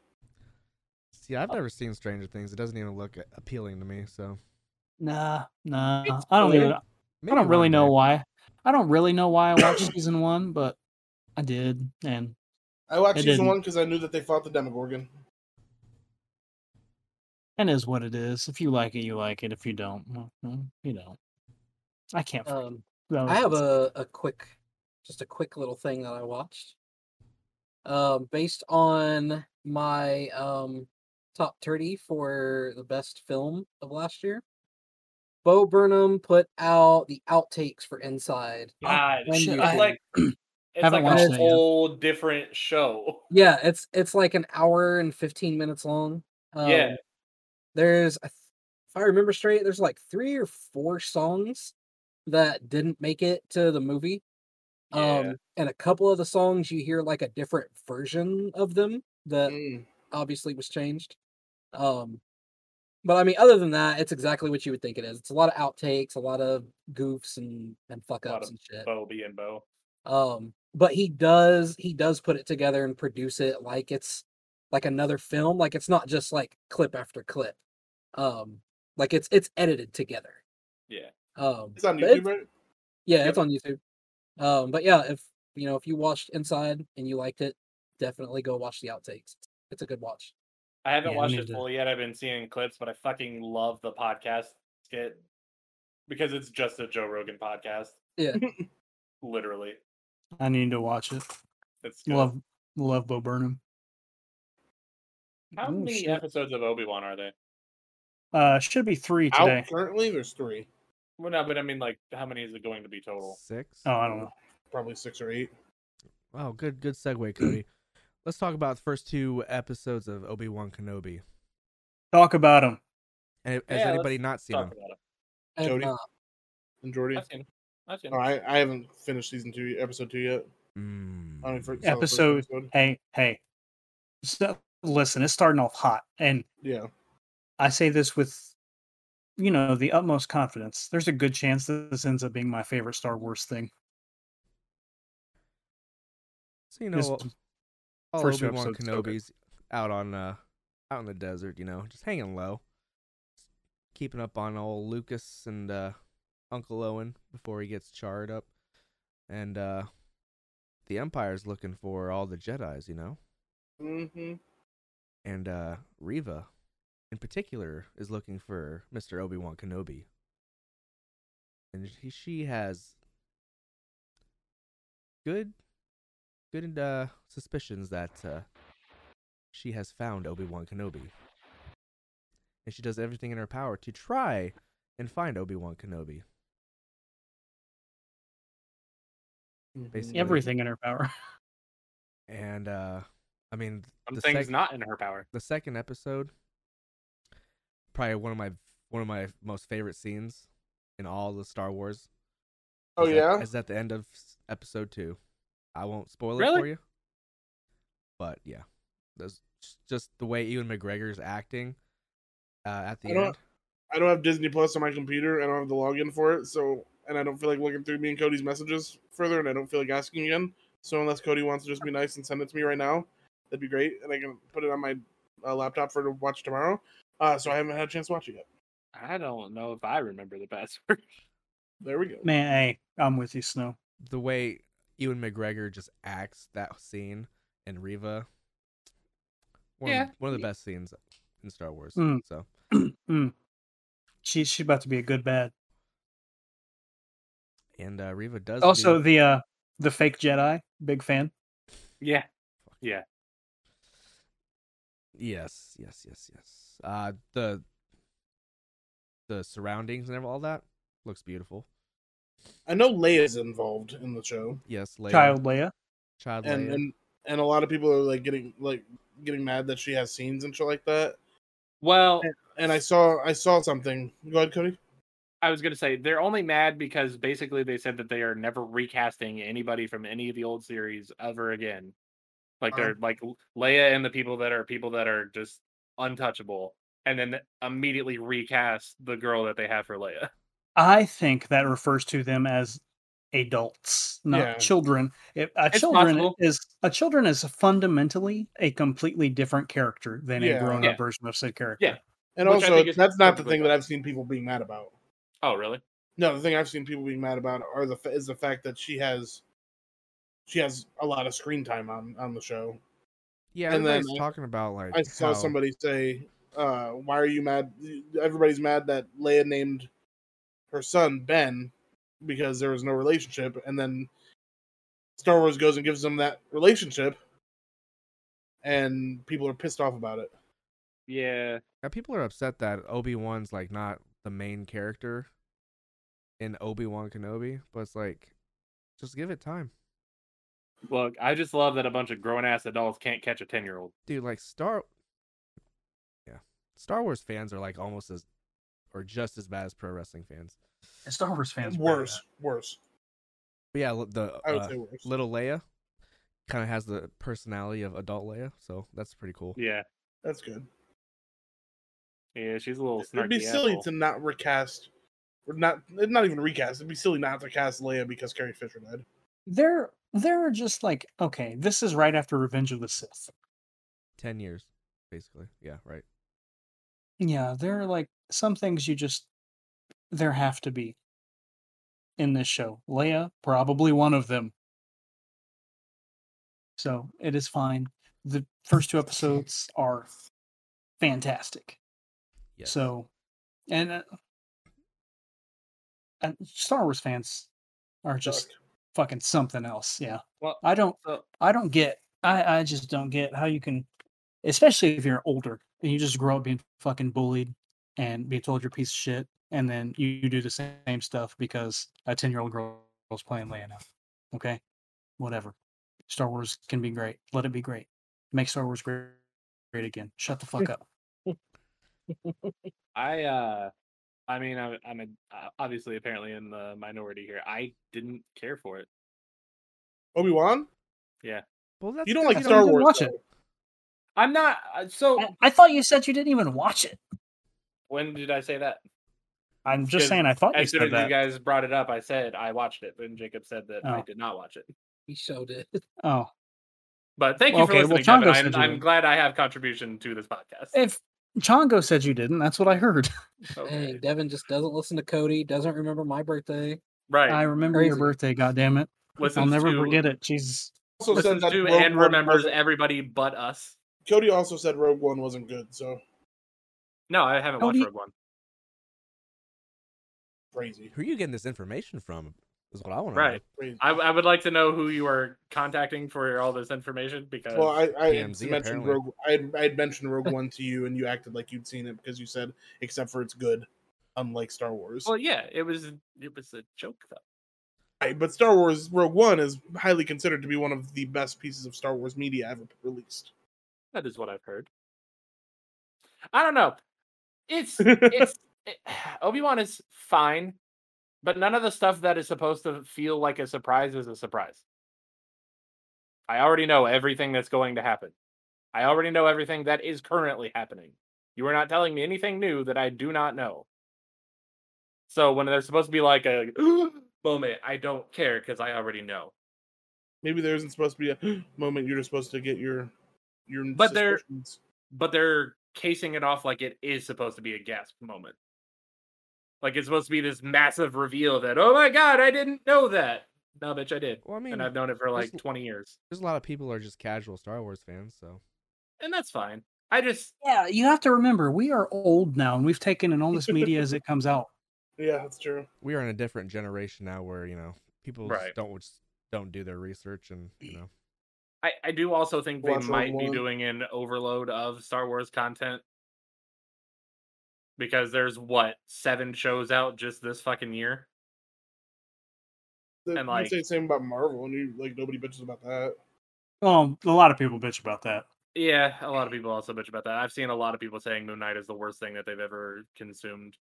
A: See,
B: Oh.
A: I've never seen Stranger Things. It doesn't even look a- appealing to me. So
G: nah, nah.
D: It's
G: I don't
D: good.
G: even. I
A: maybe
G: don't really
A: one
G: know
A: day.
G: why. I don't really know why I watched season one, but I did, and
E: I watched
G: I
E: season
G: didn't.
E: one because I knew that they fought the Demogorgon.
G: and is what it is. If you like it, you like it. If you don't, well, mm, you don't. I can't. fucking-
D: Um,
G: that
D: I
G: was-
D: have a, a quick, just a quick little thing that I watched. Um, based on my um top 30 for the best film of last year, Bo Burnham put out the outtakes for Inside.
B: God,
D: When
G: shit,
D: you
B: I
D: can-
B: like. It's
G: Haven't
B: like
G: watched
B: a
G: that yet.
B: whole different show.
D: Yeah, it's it's like an hour and 15 minutes long. Um,
B: Yeah.
D: there's I th- if I remember straight, there's like three or four songs that didn't make it to the movie.
B: Yeah.
D: Um, and a couple of the songs you hear like a different version of them that
E: Mm.
D: obviously was changed. Um, but I mean, other than that, it's exactly what you would think it is. It's a lot of outtakes, a lot of goofs and and fuck
B: A lot
D: ups
B: of
D: and shit.
B: Bo being Bo.
D: Um, but he does he does put it together and produce it like it's like another film. Like it's not just like clip after clip. Um, like it's it's edited together.
B: Yeah.
D: Um,
E: It's on
D: but it's-
E: YouTube, right?
D: yeah,
B: Yep.
D: it's on YouTube. Um, but yeah, if you know if you watched Inside and you liked it, definitely go watch the outtakes. It's a good watch.
B: I haven't
G: Yeah, I
B: watched
G: need
B: it
G: to-
B: full yet. I've been seeing clips, but I fucking love the podcast skit because it's just a Joe Rogan podcast.
D: Yeah.
B: Literally.
G: I need to watch it.
B: It's good.
G: Love, love Bo Burnham.
B: How
G: Oh,
B: many
G: shit.
B: episodes of Obi Wan are they?
G: Uh, should be three today.
E: Out currently, there's three,
B: Well, no, but I mean, like, how many is it going to be total?
A: Six.
G: Oh, I don't know.
E: probably six or eight.
A: Wow, good good
B: [clears throat]
A: segue, Cody. Let's talk about the first two episodes of Obi Wan Kenobi.
G: Talk about him.
A: And
B: Yeah,
A: has
B: let's
A: anybody not seen
B: Talk
A: them?
B: about it.
D: And,
E: Jody?
D: uh,
E: And Jordy,
B: I've seen. it. I've seen. it.
E: oh, I I haven't finished season two, episode two yet.
A: Mm.
E: I mean, for so first
C: Episode- Hey, hey. So, listen, it's starting off hot, and
E: Yeah.
C: I say this with, you know, the utmost confidence. There's a good chance that this ends up being my favorite Star Wars thing.
A: So you know,
C: This-
A: all- all
C: first two
A: Obi Wan
C: episodes, okay.
A: Kenobi's out on uh, out in the desert. You know, just hanging low, Just keeping up on old Lucas and uh, Uncle Owen before he gets charred up, and uh, the Empire's looking for all the Jedi's. You know,
E: Mm-hmm.
A: and uh, Riva, in particular, is looking for Mister Obi Wan Kenobi, and she, she has good, good uh, suspicions that uh, she has found Obi Wan Kenobi, and she does everything in her power to try and find Obi Wan Kenobi. Basically.
C: Everything in her power. [laughs]
A: And uh, I mean,
B: Some
A: the
B: things
A: sec-
B: not in her power.
A: the second episode probably one of my one of my most favorite scenes in all the Star Wars.
E: Oh
A: is at-
E: yeah.
A: is at the end of s- episode two. I won't spoil it
B: Really?
A: for you, but yeah, that's j- just the way Ewan McGregor's acting uh, at the
E: I don't-
A: end.
E: I don't have Disney Plus on my computer. I don't have the login for it. So, and I don't feel like looking through me and Cody's messages further, and I don't feel like asking again. So, unless Cody wants to just be nice and send it to me right now, that'd be great. And I can put it on my uh, laptop for to watch tomorrow. Uh, so I haven't had a chance to watch it yet.
B: I don't know if I remember the password. [laughs]
E: There we go.
C: Man, hey, I'm with you, Snow. [clears throat]
A: The way Ewan McGregor just acts that scene and Riva, one, of,
B: Yeah.
A: the- one of the best scenes in Star Wars.
E: Hmm.
C: Mm.
A: So
C: mm. she, she's about to be a good bad.
A: and uh, Riva does
C: Also,
A: do-
C: the uh, the fake Jedi, big fan.
B: Yeah.
A: Yes, yes, yes, yes. Uh the the surroundings and every- all that looks beautiful.
E: I know Leia's involved in the show,
A: Yes, Leia,
C: Child Leia.
A: child
E: and
A: Leia.
E: and and a lot of people are like getting like getting mad that she has scenes and shit like that.
B: Well,
E: And I saw I saw something. Go ahead, Cody.
B: I was gonna say they're only mad because basically they said that they are never recasting anybody from any of the old series ever again. Like
E: Uh-huh.
B: they're like Leia and the people that are people that are just untouchable, and then immediately recast the girl that they have for Leia. [laughs]
C: I think that refers to them as adults, not
E: Yeah.
C: children. It, a
B: It's
C: children
B: possible.
C: is a children is fundamentally a completely different character than
E: Yeah.
C: a grown up
B: Yeah.
C: version of said character.
B: Yeah.
E: And
B: Which I
E: also,
B: think is
E: that's not the
B: perfectly
E: thing that
B: fine.
E: I've seen people being mad about.
B: Oh, really?
E: No, the thing I've seen people being mad about are the fa- is the fact that she has she has a lot of screen time on on the show.
A: yeah,
E: and then
A: everybody's talking about like
E: I saw
A: how-
E: somebody say, uh, "Why are you mad?" Everybody's mad that Leia named her son Ben because there was no relationship, and then Star Wars goes and gives them that relationship, and people are pissed off about it.
B: Yeah.
A: uh, people are upset that Obi Wan's like not the main character in Obi Wan Kenobi, but it's like just give it time.
B: Look, I just love that a bunch of grown ass adults can't catch a ten year old.
A: dude like star yeah star wars fans are like almost as or just as bad as pro wrestling fans
C: And Star Wars fans are proud of
E: Worse, worse.
A: but yeah l- the
E: I would
A: uh,
E: say worse.
A: little leia kind of has the personality of adult leia so that's pretty cool
B: Yeah.
E: That's good.
B: Yeah, she's a little snarky.
E: It'd be silly
B: asshole.
E: to not recast, or not not even recast. It'd be silly not to cast Leia because Carrie Fisher died.
C: that. They're they're just like okay, this is right after Revenge of the Sith.
A: 10 years basically yeah right
C: Yeah, there are like some things you just there have to be in this show. Leia, probably one of them. So it is fine. The first two episodes are fantastic.
A: yes.
C: So, and, uh, and Star Wars fans are just fucking something else. Yeah,
B: Well,
C: I don't,
B: so-
C: I don't get, I, I just don't get how you can, especially if you're older and you just grow up being fucking bullied and being told you're a piece of shit, and then you, you do the same stuff because a ten year old girl is playing Leia now. Okay, whatever. Star Wars can be great. Let it be great. Make Star Wars great, great again. Shut
B: [laughs]
C: the fuck up.
B: I uh I mean I'm I'm a, uh, obviously apparently in the minority here. I didn't care for it.
E: Obi Wan.
A: Well, that's
E: You don't
A: good.
E: like
A: I
E: Star
A: mean,
E: Wars?
C: watch
E: though.
C: it.
B: I'm not. uh, So
C: I, I thought you said you didn't even watch it.
B: when did I say that?
C: I'm just
B: Good.
C: saying I thought you
B: As soon
C: said
B: as you
C: that.
B: guys brought it up, I said I watched it, and Jacob said that I
C: Oh.
B: did not watch it.
D: He showed it. [laughs]
C: Oh,
B: But thank you
C: Well,
B: for
C: okay, well,
B: listening,
C: Chongo
B: Kevin.
C: said you
B: I'm, I'm
C: did.
B: glad I have contribution to this podcast.
C: if Chongo said you didn't, that's what I heard.
D: Hey,
B: Okay.
D: Devin just doesn't listen to Cody. Doesn't remember my birthday.
B: Right.
C: I remember your
D: Crazy.
C: birthday. God damn it! I'll
B: listens
C: never
B: to,
C: forget it. Jesus.
E: Also said
B: Listens
E: that
B: to
E: Rogue
B: and
E: One
B: remembers
E: wasn't-
B: everybody but us.
E: Cody also said Rogue One wasn't good, so
B: No, I haven't
C: How do
B: watched
C: you-
B: Rogue One.
E: crazy,
A: Who are you getting this information from? Is what I want to
B: Right.
E: crazy.
B: I, I would like to know who you are contacting for all this information because
E: well, I, I had
A: TMZ,
E: mentioned
A: apparently.
E: Rogue. I had, I had mentioned Rogue One to you, and you acted like you'd seen it because you said, except for it's good, unlike Star Wars.
B: well, yeah, it was it was a joke though.
E: Right, but Star Wars Rogue One is highly considered to be one of the best pieces of Star Wars media ever released.
B: That is what I've heard. I don't know. It's it's it, [sighs] Obi Wan is fine, but none of the stuff that is supposed to feel like a surprise is a surprise. I already know everything that's going to happen. I already know everything that is currently happening. You are not telling me anything new that I do not know. So when there's supposed to be like a [gasps] moment, I don't care because I already know.
E: Maybe there isn't supposed to be a [gasps] moment you're just supposed to get your your
B: But there-
E: suspicions.
B: but they're casing it off like it is supposed to be a gasp moment. Like it's supposed to be this massive reveal that oh my god, I didn't know that. No, bitch, I did,
A: Well, I mean,
B: and I've known it for like
A: just-
B: twenty years,
A: there's a lot of people who are just casual Star Wars fans, so
B: and that's fine. I just
C: Yeah, you have to remember we are old now, and we've taken in all this media as it comes out.
E: Yeah, that's true.
A: we are in a different generation now, where you know people
B: Right.
A: just don't just don't do their research, and you know,
B: I, I do also think they
E: Watch Rogue
B: might be
E: One.
B: doing an overload of Star Wars content because there's what seven shows out just this fucking year.
E: The-
B: And,
E: you
B: like-
E: can say the same about Marvel, and you like nobody bitches about that.
C: Well, a lot of people bitch about that.
B: Yeah, a lot of people also bitch about that. I've seen a lot of people saying Moon Knight is the worst thing that they've ever consumed.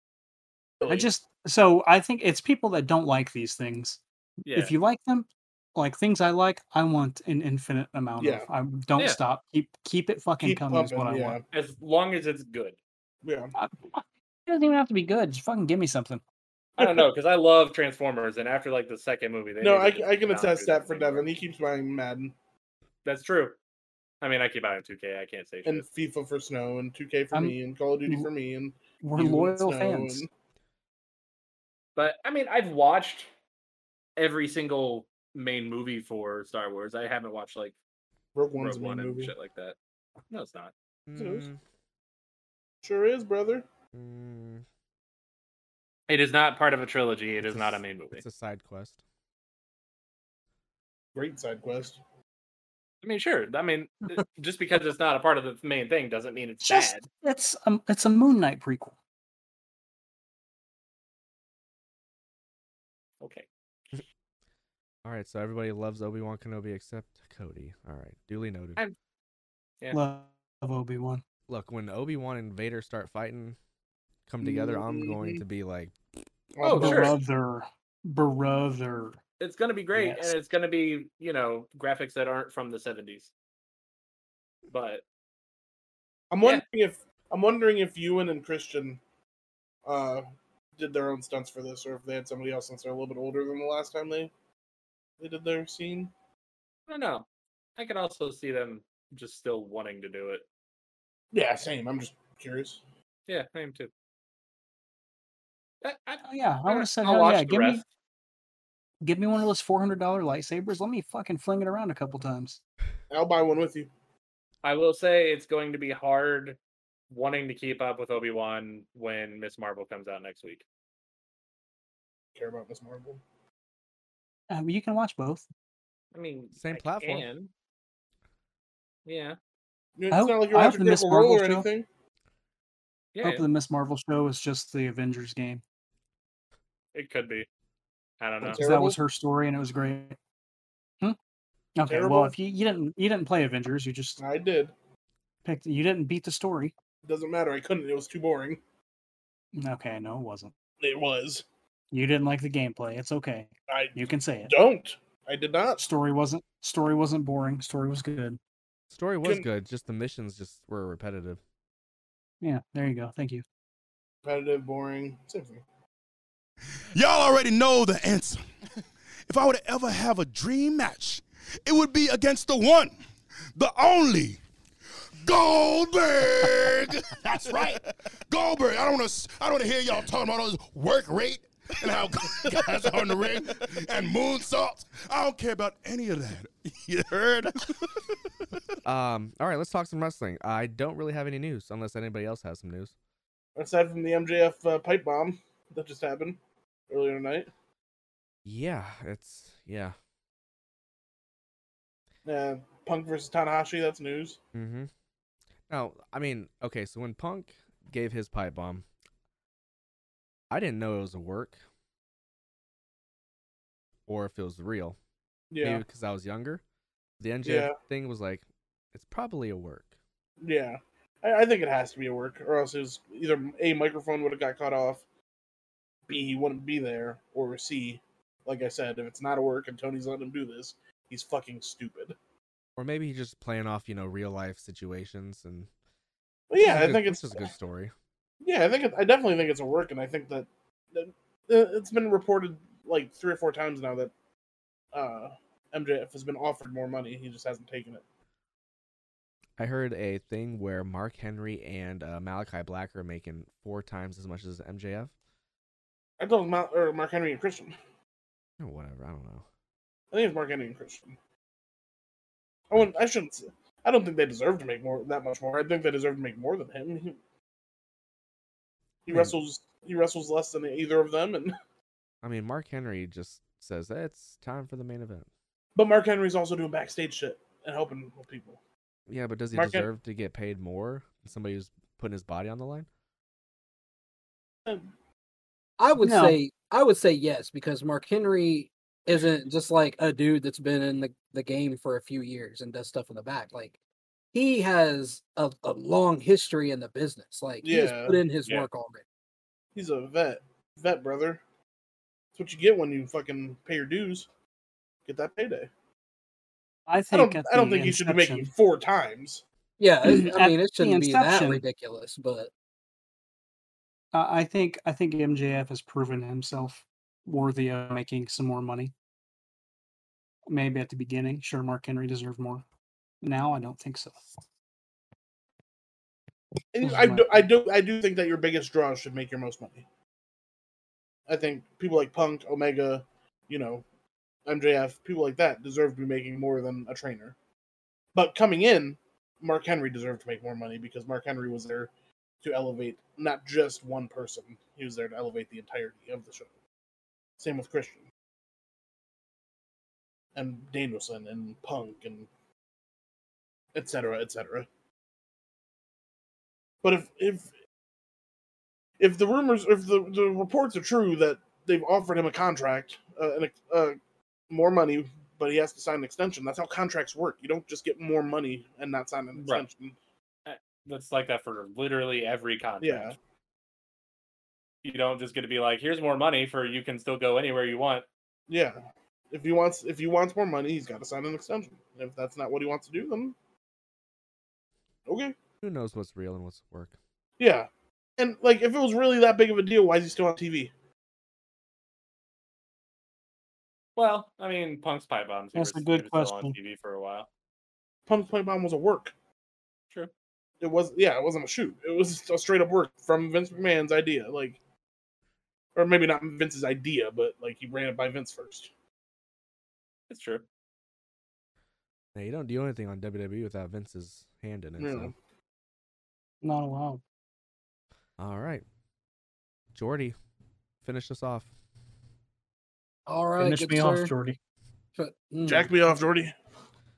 C: I just so I think it's people that don't like these things.
B: Yeah.
C: If you like them, like things I like, I want an infinite amount
E: Yeah.
C: of. I don't
B: Yeah.
C: stop. Keep keep it fucking
E: keep
C: coming is what I
E: pumping. Yeah,
C: want.
B: as long as it's good.
E: yeah.
C: I- it doesn't even have to be good. Just fucking give me something.
B: I don't know because I love Transformers, and after like the second movie, they
E: No,
B: need
E: I,
B: to
E: c-
B: just
E: I can
B: not
E: attest
B: do
E: that for
B: anymore.
E: Devin. He keeps buying Madden
B: That's true. I mean, I keep buying 2K. I can't say
E: and
B: shit.
E: FIFA for Snow and 2K for
C: I'm-
E: me and Call of Duty
C: L-
E: for me and
C: We're
E: you and
C: loyal
E: Snow
C: fans.
E: and-
B: But I mean, I've watched every single main movie for Star Wars. I haven't watched like
E: Rogue
B: Rogue
E: One's a main
B: One and
E: movie.
B: shit like that. No, it's not.
E: Yes.
A: Mm,
E: Sure is, brother.
A: mm,
B: It is not part of a trilogy. It is
A: It's a
B: not a
A: s-
B: main movie.
A: it's a side quest.
E: Great side quest.
B: I mean, sure. I
E: [laughs]
B: mean, it- just because it's not a part of the main thing doesn't mean it's
C: Just
B: bad.
C: it's um it's a Moon Knight prequel.
B: Okay.
A: All right, so everybody loves Obi Wan Kenobi except Cody. All right, duly noted.
B: I- Yeah.
C: Love Obi Wan.
A: Look, when Obi Wan and Vader start fighting, come together, I'm
E: Mm-hmm.
A: going to be like,
B: Oh,
E: Awesome.
B: sure.
C: Brother, brother.
B: It's gonna be great,
C: Yes.
B: and it's gonna be you know graphics that aren't from the 70s. But
E: I'm
B: Yeah.
E: wondering if I'm wondering if Ewan and Christian uh did their own stunts for this or if they had somebody else since they're a little bit older than the last time they they did their scene.
B: I don't know. I could also see them just still wanting to do it.
E: Yeah, same. I'm just curious.
B: Yeah, I am too. I, I,
C: Oh, yeah, I
B: I-
C: would have said
B: I'll
C: hell
B: watch
C: yeah.
B: the
C: Give me
B: rest.
C: give me one of those four hundred dollar lightsabers. Let me fucking fling it around a couple times.
E: I'll buy one with you.
B: I will say it's going to be hard wanting to keep up with Obi Wan when Miss Marvel comes out next week.
E: Care about Miss Marvel.
C: Um, you can watch both.
B: I mean,
A: Same
B: I
A: platform.
B: can. Yeah,
E: You- It's
C: I hope-
E: not like you're
C: I hope
E: watching
C: the Miss
E: Critical Role or
C: Marvel show-
E: anything.
B: yeah,
C: Hopefully, the Miss Marvel show is just the Avengers game.
B: it could be. I don't know.
E: That's
C: 'cause that was her story, and it was great. Hmm? Okay,
E: Terrible?
C: well, if you, you didn't you didn't play Avengers, you just
E: I did.
C: picked you didn't beat the story. Mm,
E: Doesn't matter. I couldn't. It was too boring.
C: Okay, no, it wasn't.
E: It was.
C: You didn't like the gameplay. It's okay.
E: I
C: You can say it.
E: don't. I did not.
G: Story wasn't story wasn't boring. Story was good.
A: Story was
E: Can-
A: good, just the missions just were repetitive.
G: Yeah, there you go. Thank you.
E: Repetitive, boring, same thing.
H: Y'all already know the answer. If I were to ever have a dream match, it would be against the one, the only, Goldberg. That's right, Goldberg. I don't want to. I don't want to hear y'all talking about all this work rate and how [laughs] guys are in the ring and moonsaults. I don't care about any of that. You heard?
A: Um, all right, let's talk some wrestling. I don't really have any news unless anybody else has some news.
E: Aside from the MJF uh, pipe bomb that just happened earlier tonight,
A: Yeah, it's yeah.
E: uh, Punk versus Tanahashi, that's news.
A: Mm-hmm. Now, I mean, okay, so when Punk gave his pipe bomb, I didn't know it was a work or if it was real.
E: Yeah,
A: Maybe because I was younger. The NJF
E: Yeah.
A: thing was like, it's probably a work.
E: yeah. I, I think it has to be a work, or else it was either a microphone would have got cut off, b he wouldn't be there, or c like I said, if it's not a work and Tony's letting him do this, he's fucking stupid.
A: Or maybe he's just playing off, you know, real life situations and
E: But yeah,
A: Which is
E: I
A: a-
E: think
A: which
E: it's
A: is a good story.
E: Yeah, I think it, I definitely think it's a work, and I think that, that uh, it's been reported like three or four times now that uh, MJF has been offered more money. He just hasn't taken it.
A: I heard a thing where Mark Henry and uh, Malachi Black are making four times as much as MJF.
E: I thought it was Mal- or Mark Henry and Christian.
A: Or whatever, I don't know.
E: I think it's Mark Henry and Christian. I wouldn't, I shouldn't. s- I don't think they deserve to make more that much more. I think they deserve to make more than him. He, he
A: Hmm.
E: wrestles. He wrestles less than either of them, and [laughs]
A: I mean, Mark Henry just says it's time for the main event.
E: but Mark Henry's also doing backstage shit and helping with people.
A: Yeah, but does he
E: Mark Hen-
A: deserve to get paid more than somebody who's putting his body on the line?
E: And
D: I would
G: No.
D: say I would say yes because Mark Henry isn't just like a dude that's been in the, the game for a few years and does stuff in the back. Like he has a, a long history in the business. Like he has put
E: Yeah,
D: in his
B: yeah.
D: work already.
E: He's a vet. Vet, brother. That's what you get when you fucking pay your dues. Get that payday.
G: I
E: I
G: think
E: don't,
G: at
E: I don't
G: the
E: think you should be
G: inception-
E: making four times.
G: [clears throat]
D: Yeah, it- I
G: At
D: mean it
G: the
D: shouldn't be that
G: inception-
D: ridiculous, but
G: Uh, I I think I think MJF has proven himself worthy of making some more money. Maybe at the beginning, sure, Mark Henry deserved more. Now I don't think so.
E: And
G: This is
E: I
G: my
E: do, I do I do think that your biggest draws should make your most money. I think people like Punk, Omega, you know, MJF, people like that deserve to be making more than a trainer. But coming in, Mark Henry deserved to make more money because Mark Henry was there to elevate not just one person. He was there to elevate the entirety of the show. Same with Christian. And Danielson and Punk and et cetera, et cetera. But if if if the rumors, if the, the reports are true that they've offered him a contract uh, and uh, more money, but he has to sign an extension. That's how contracts work. You don't just get more money and not sign an
B: Right.
E: extension.
B: That's like that for literally every contract.
E: Yeah.
B: You don't just get to be like, here's more money for you can still go anywhere you want.
E: Yeah. If he wants, if he wants more money, he's got to sign an extension. And if that's not what he wants to do, then okay,
A: Who knows what's real and what's work?
E: yeah. And like, if it was really that big of a deal, why is he still on TV?
B: Well, I mean, Punk's pipe bombs. he
G: That's
B: was-
G: a good
B: he was still
G: question.
B: On TV for a while.
E: Punk's play bomb was a work.
B: True.
E: It was yeah, it wasn't a shoot. It was a straight up work from Vince McMahon's idea, like, or maybe not Vince's idea, but like he ran it by Vince first.
B: It's true.
A: Now, you don't do anything on WWE without Vince's hand in it.
E: No.
A: So.
G: Not allowed.
A: All right. Jordy, finish us off.
D: all right,
G: Finish
D: good
G: me
D: sir.
G: off, Jordy.
D: But, mm,
A: Hmm.
E: Jack me off, Jordy.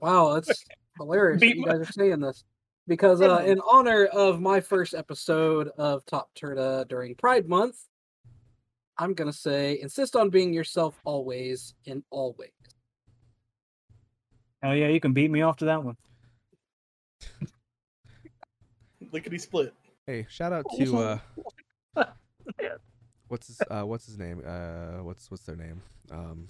D: Wow, that's hilarious that
E: Beat
D: you
E: my-
D: guys are saying this. Because uh, in honor of my first episode of Top Turda during Pride Month, I'm gonna say insist on being yourself always and always.
G: Oh yeah, you can beat me off to that one.
E: Lickety split.
A: Hey, shout out to uh Uh, what's his uh what's his name? Uh what's what's their name? Um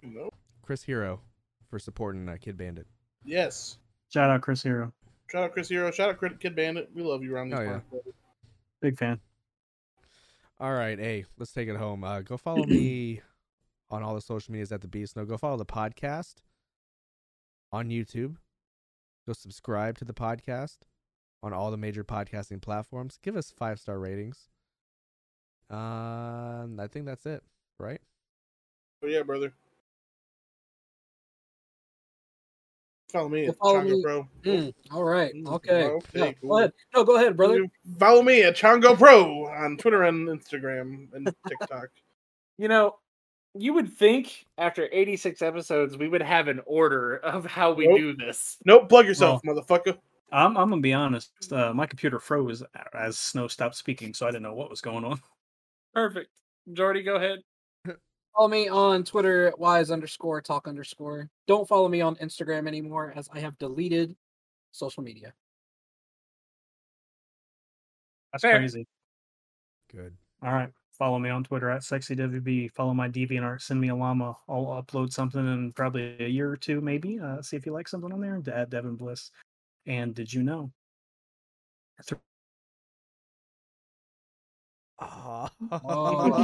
E: No.
A: Chris Hero. for supporting uh, Kid Bandit.
E: Yes.
G: Shout out Chris Hero.
E: Shout out Chris Hero. Shout out Crit- Kid Bandit. We love you around these
A: Oh, yeah.
E: parts, brother.
G: Big fan.
A: All right, hey, let's take it home. Uh, go follow me on all the social medias at the Beast. No, go follow the podcast on YouTube. Go subscribe to the podcast on all the major podcasting platforms. Give us five star ratings. Um, I think that's it, right?
E: Oh yeah, brother. Follow me.
D: Well,
E: at
D: follow
E: Chongo
D: me.
E: Pro.
D: Mm, all right.
E: Mm,
D: Okay.
E: okay,
D: No,
E: cool.
D: go ahead. No, go ahead, brother.
E: You Follow me at Chongo Pro on Twitter and Instagram
D: [laughs]
E: and TikTok.
B: You know, you would think after 86 episodes we would have an order of how we
E: Nope.
B: do this.
E: nope, plug yourself, motherfucker.
G: I'm I'm gonna be honest. Uh, my computer froze as Snow stopped speaking, so I didn't know what was going on. [laughs]
B: Perfect. Jordy, go ahead.
D: Follow me on Twitter at wise underscore talk underscore. Don't follow me on Instagram anymore as I have deleted social media.
E: [laughs]
G: That's
B: Fair.
G: crazy.
A: Good. [laughs]
G: All right. Follow me on Twitter at sexywb. Follow my DeviantArt. Send me a llama. I'll upload something in probably a year or two, maybe. Uh, see if you like something on there. And At Devin Bliss. And did you know?
A: [laughs]
D: Oh,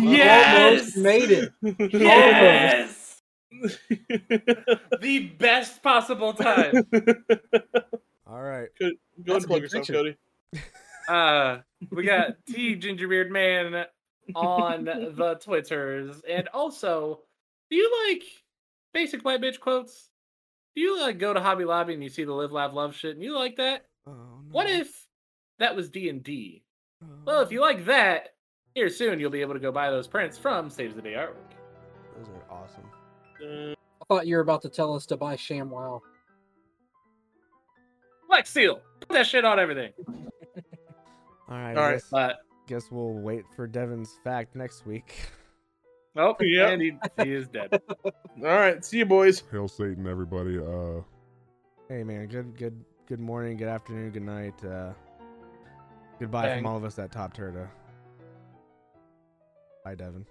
B: Yes!
D: almost
E: [laughs]
D: made it.
B: [laughs] Yes!
D: [laughs]
B: the best possible [laughs] time.
A: All right.
E: Go and
D: That's
E: plug
D: a good
E: yourself,
D: picture.
E: Cody.
B: Uh, we got T Gingerbeard Man on the [laughs] Twitters. And also, do you like basic white bitch quotes? Do you like go to Hobby Lobby and you see the live, laugh, love shit and you like that?
A: Oh, no.
B: What if that was D&D?
A: Oh,
B: Well, if you like that, here soon you'll be able to go buy those prints from Saves the Day Artwork.
A: Those are awesome.
E: Uh,
D: I thought you were about to tell us to buy ShamWow.
B: Black Seal, put that shit on everything.
A: All right.
E: All
A: I
E: right,
A: guess,
B: But
A: guess we'll wait for Devin's fact next week. [laughs]
B: nope,
E: Yep.
B: oh, and he, he is dead.
E: All right, see you boys.
H: Hail Satan, everybody. Uh,
A: Hey man, good good good morning, good afternoon, good night. Uh, goodbye
B: Thanks.
A: from all of us at Top Turda. Bye, Devin.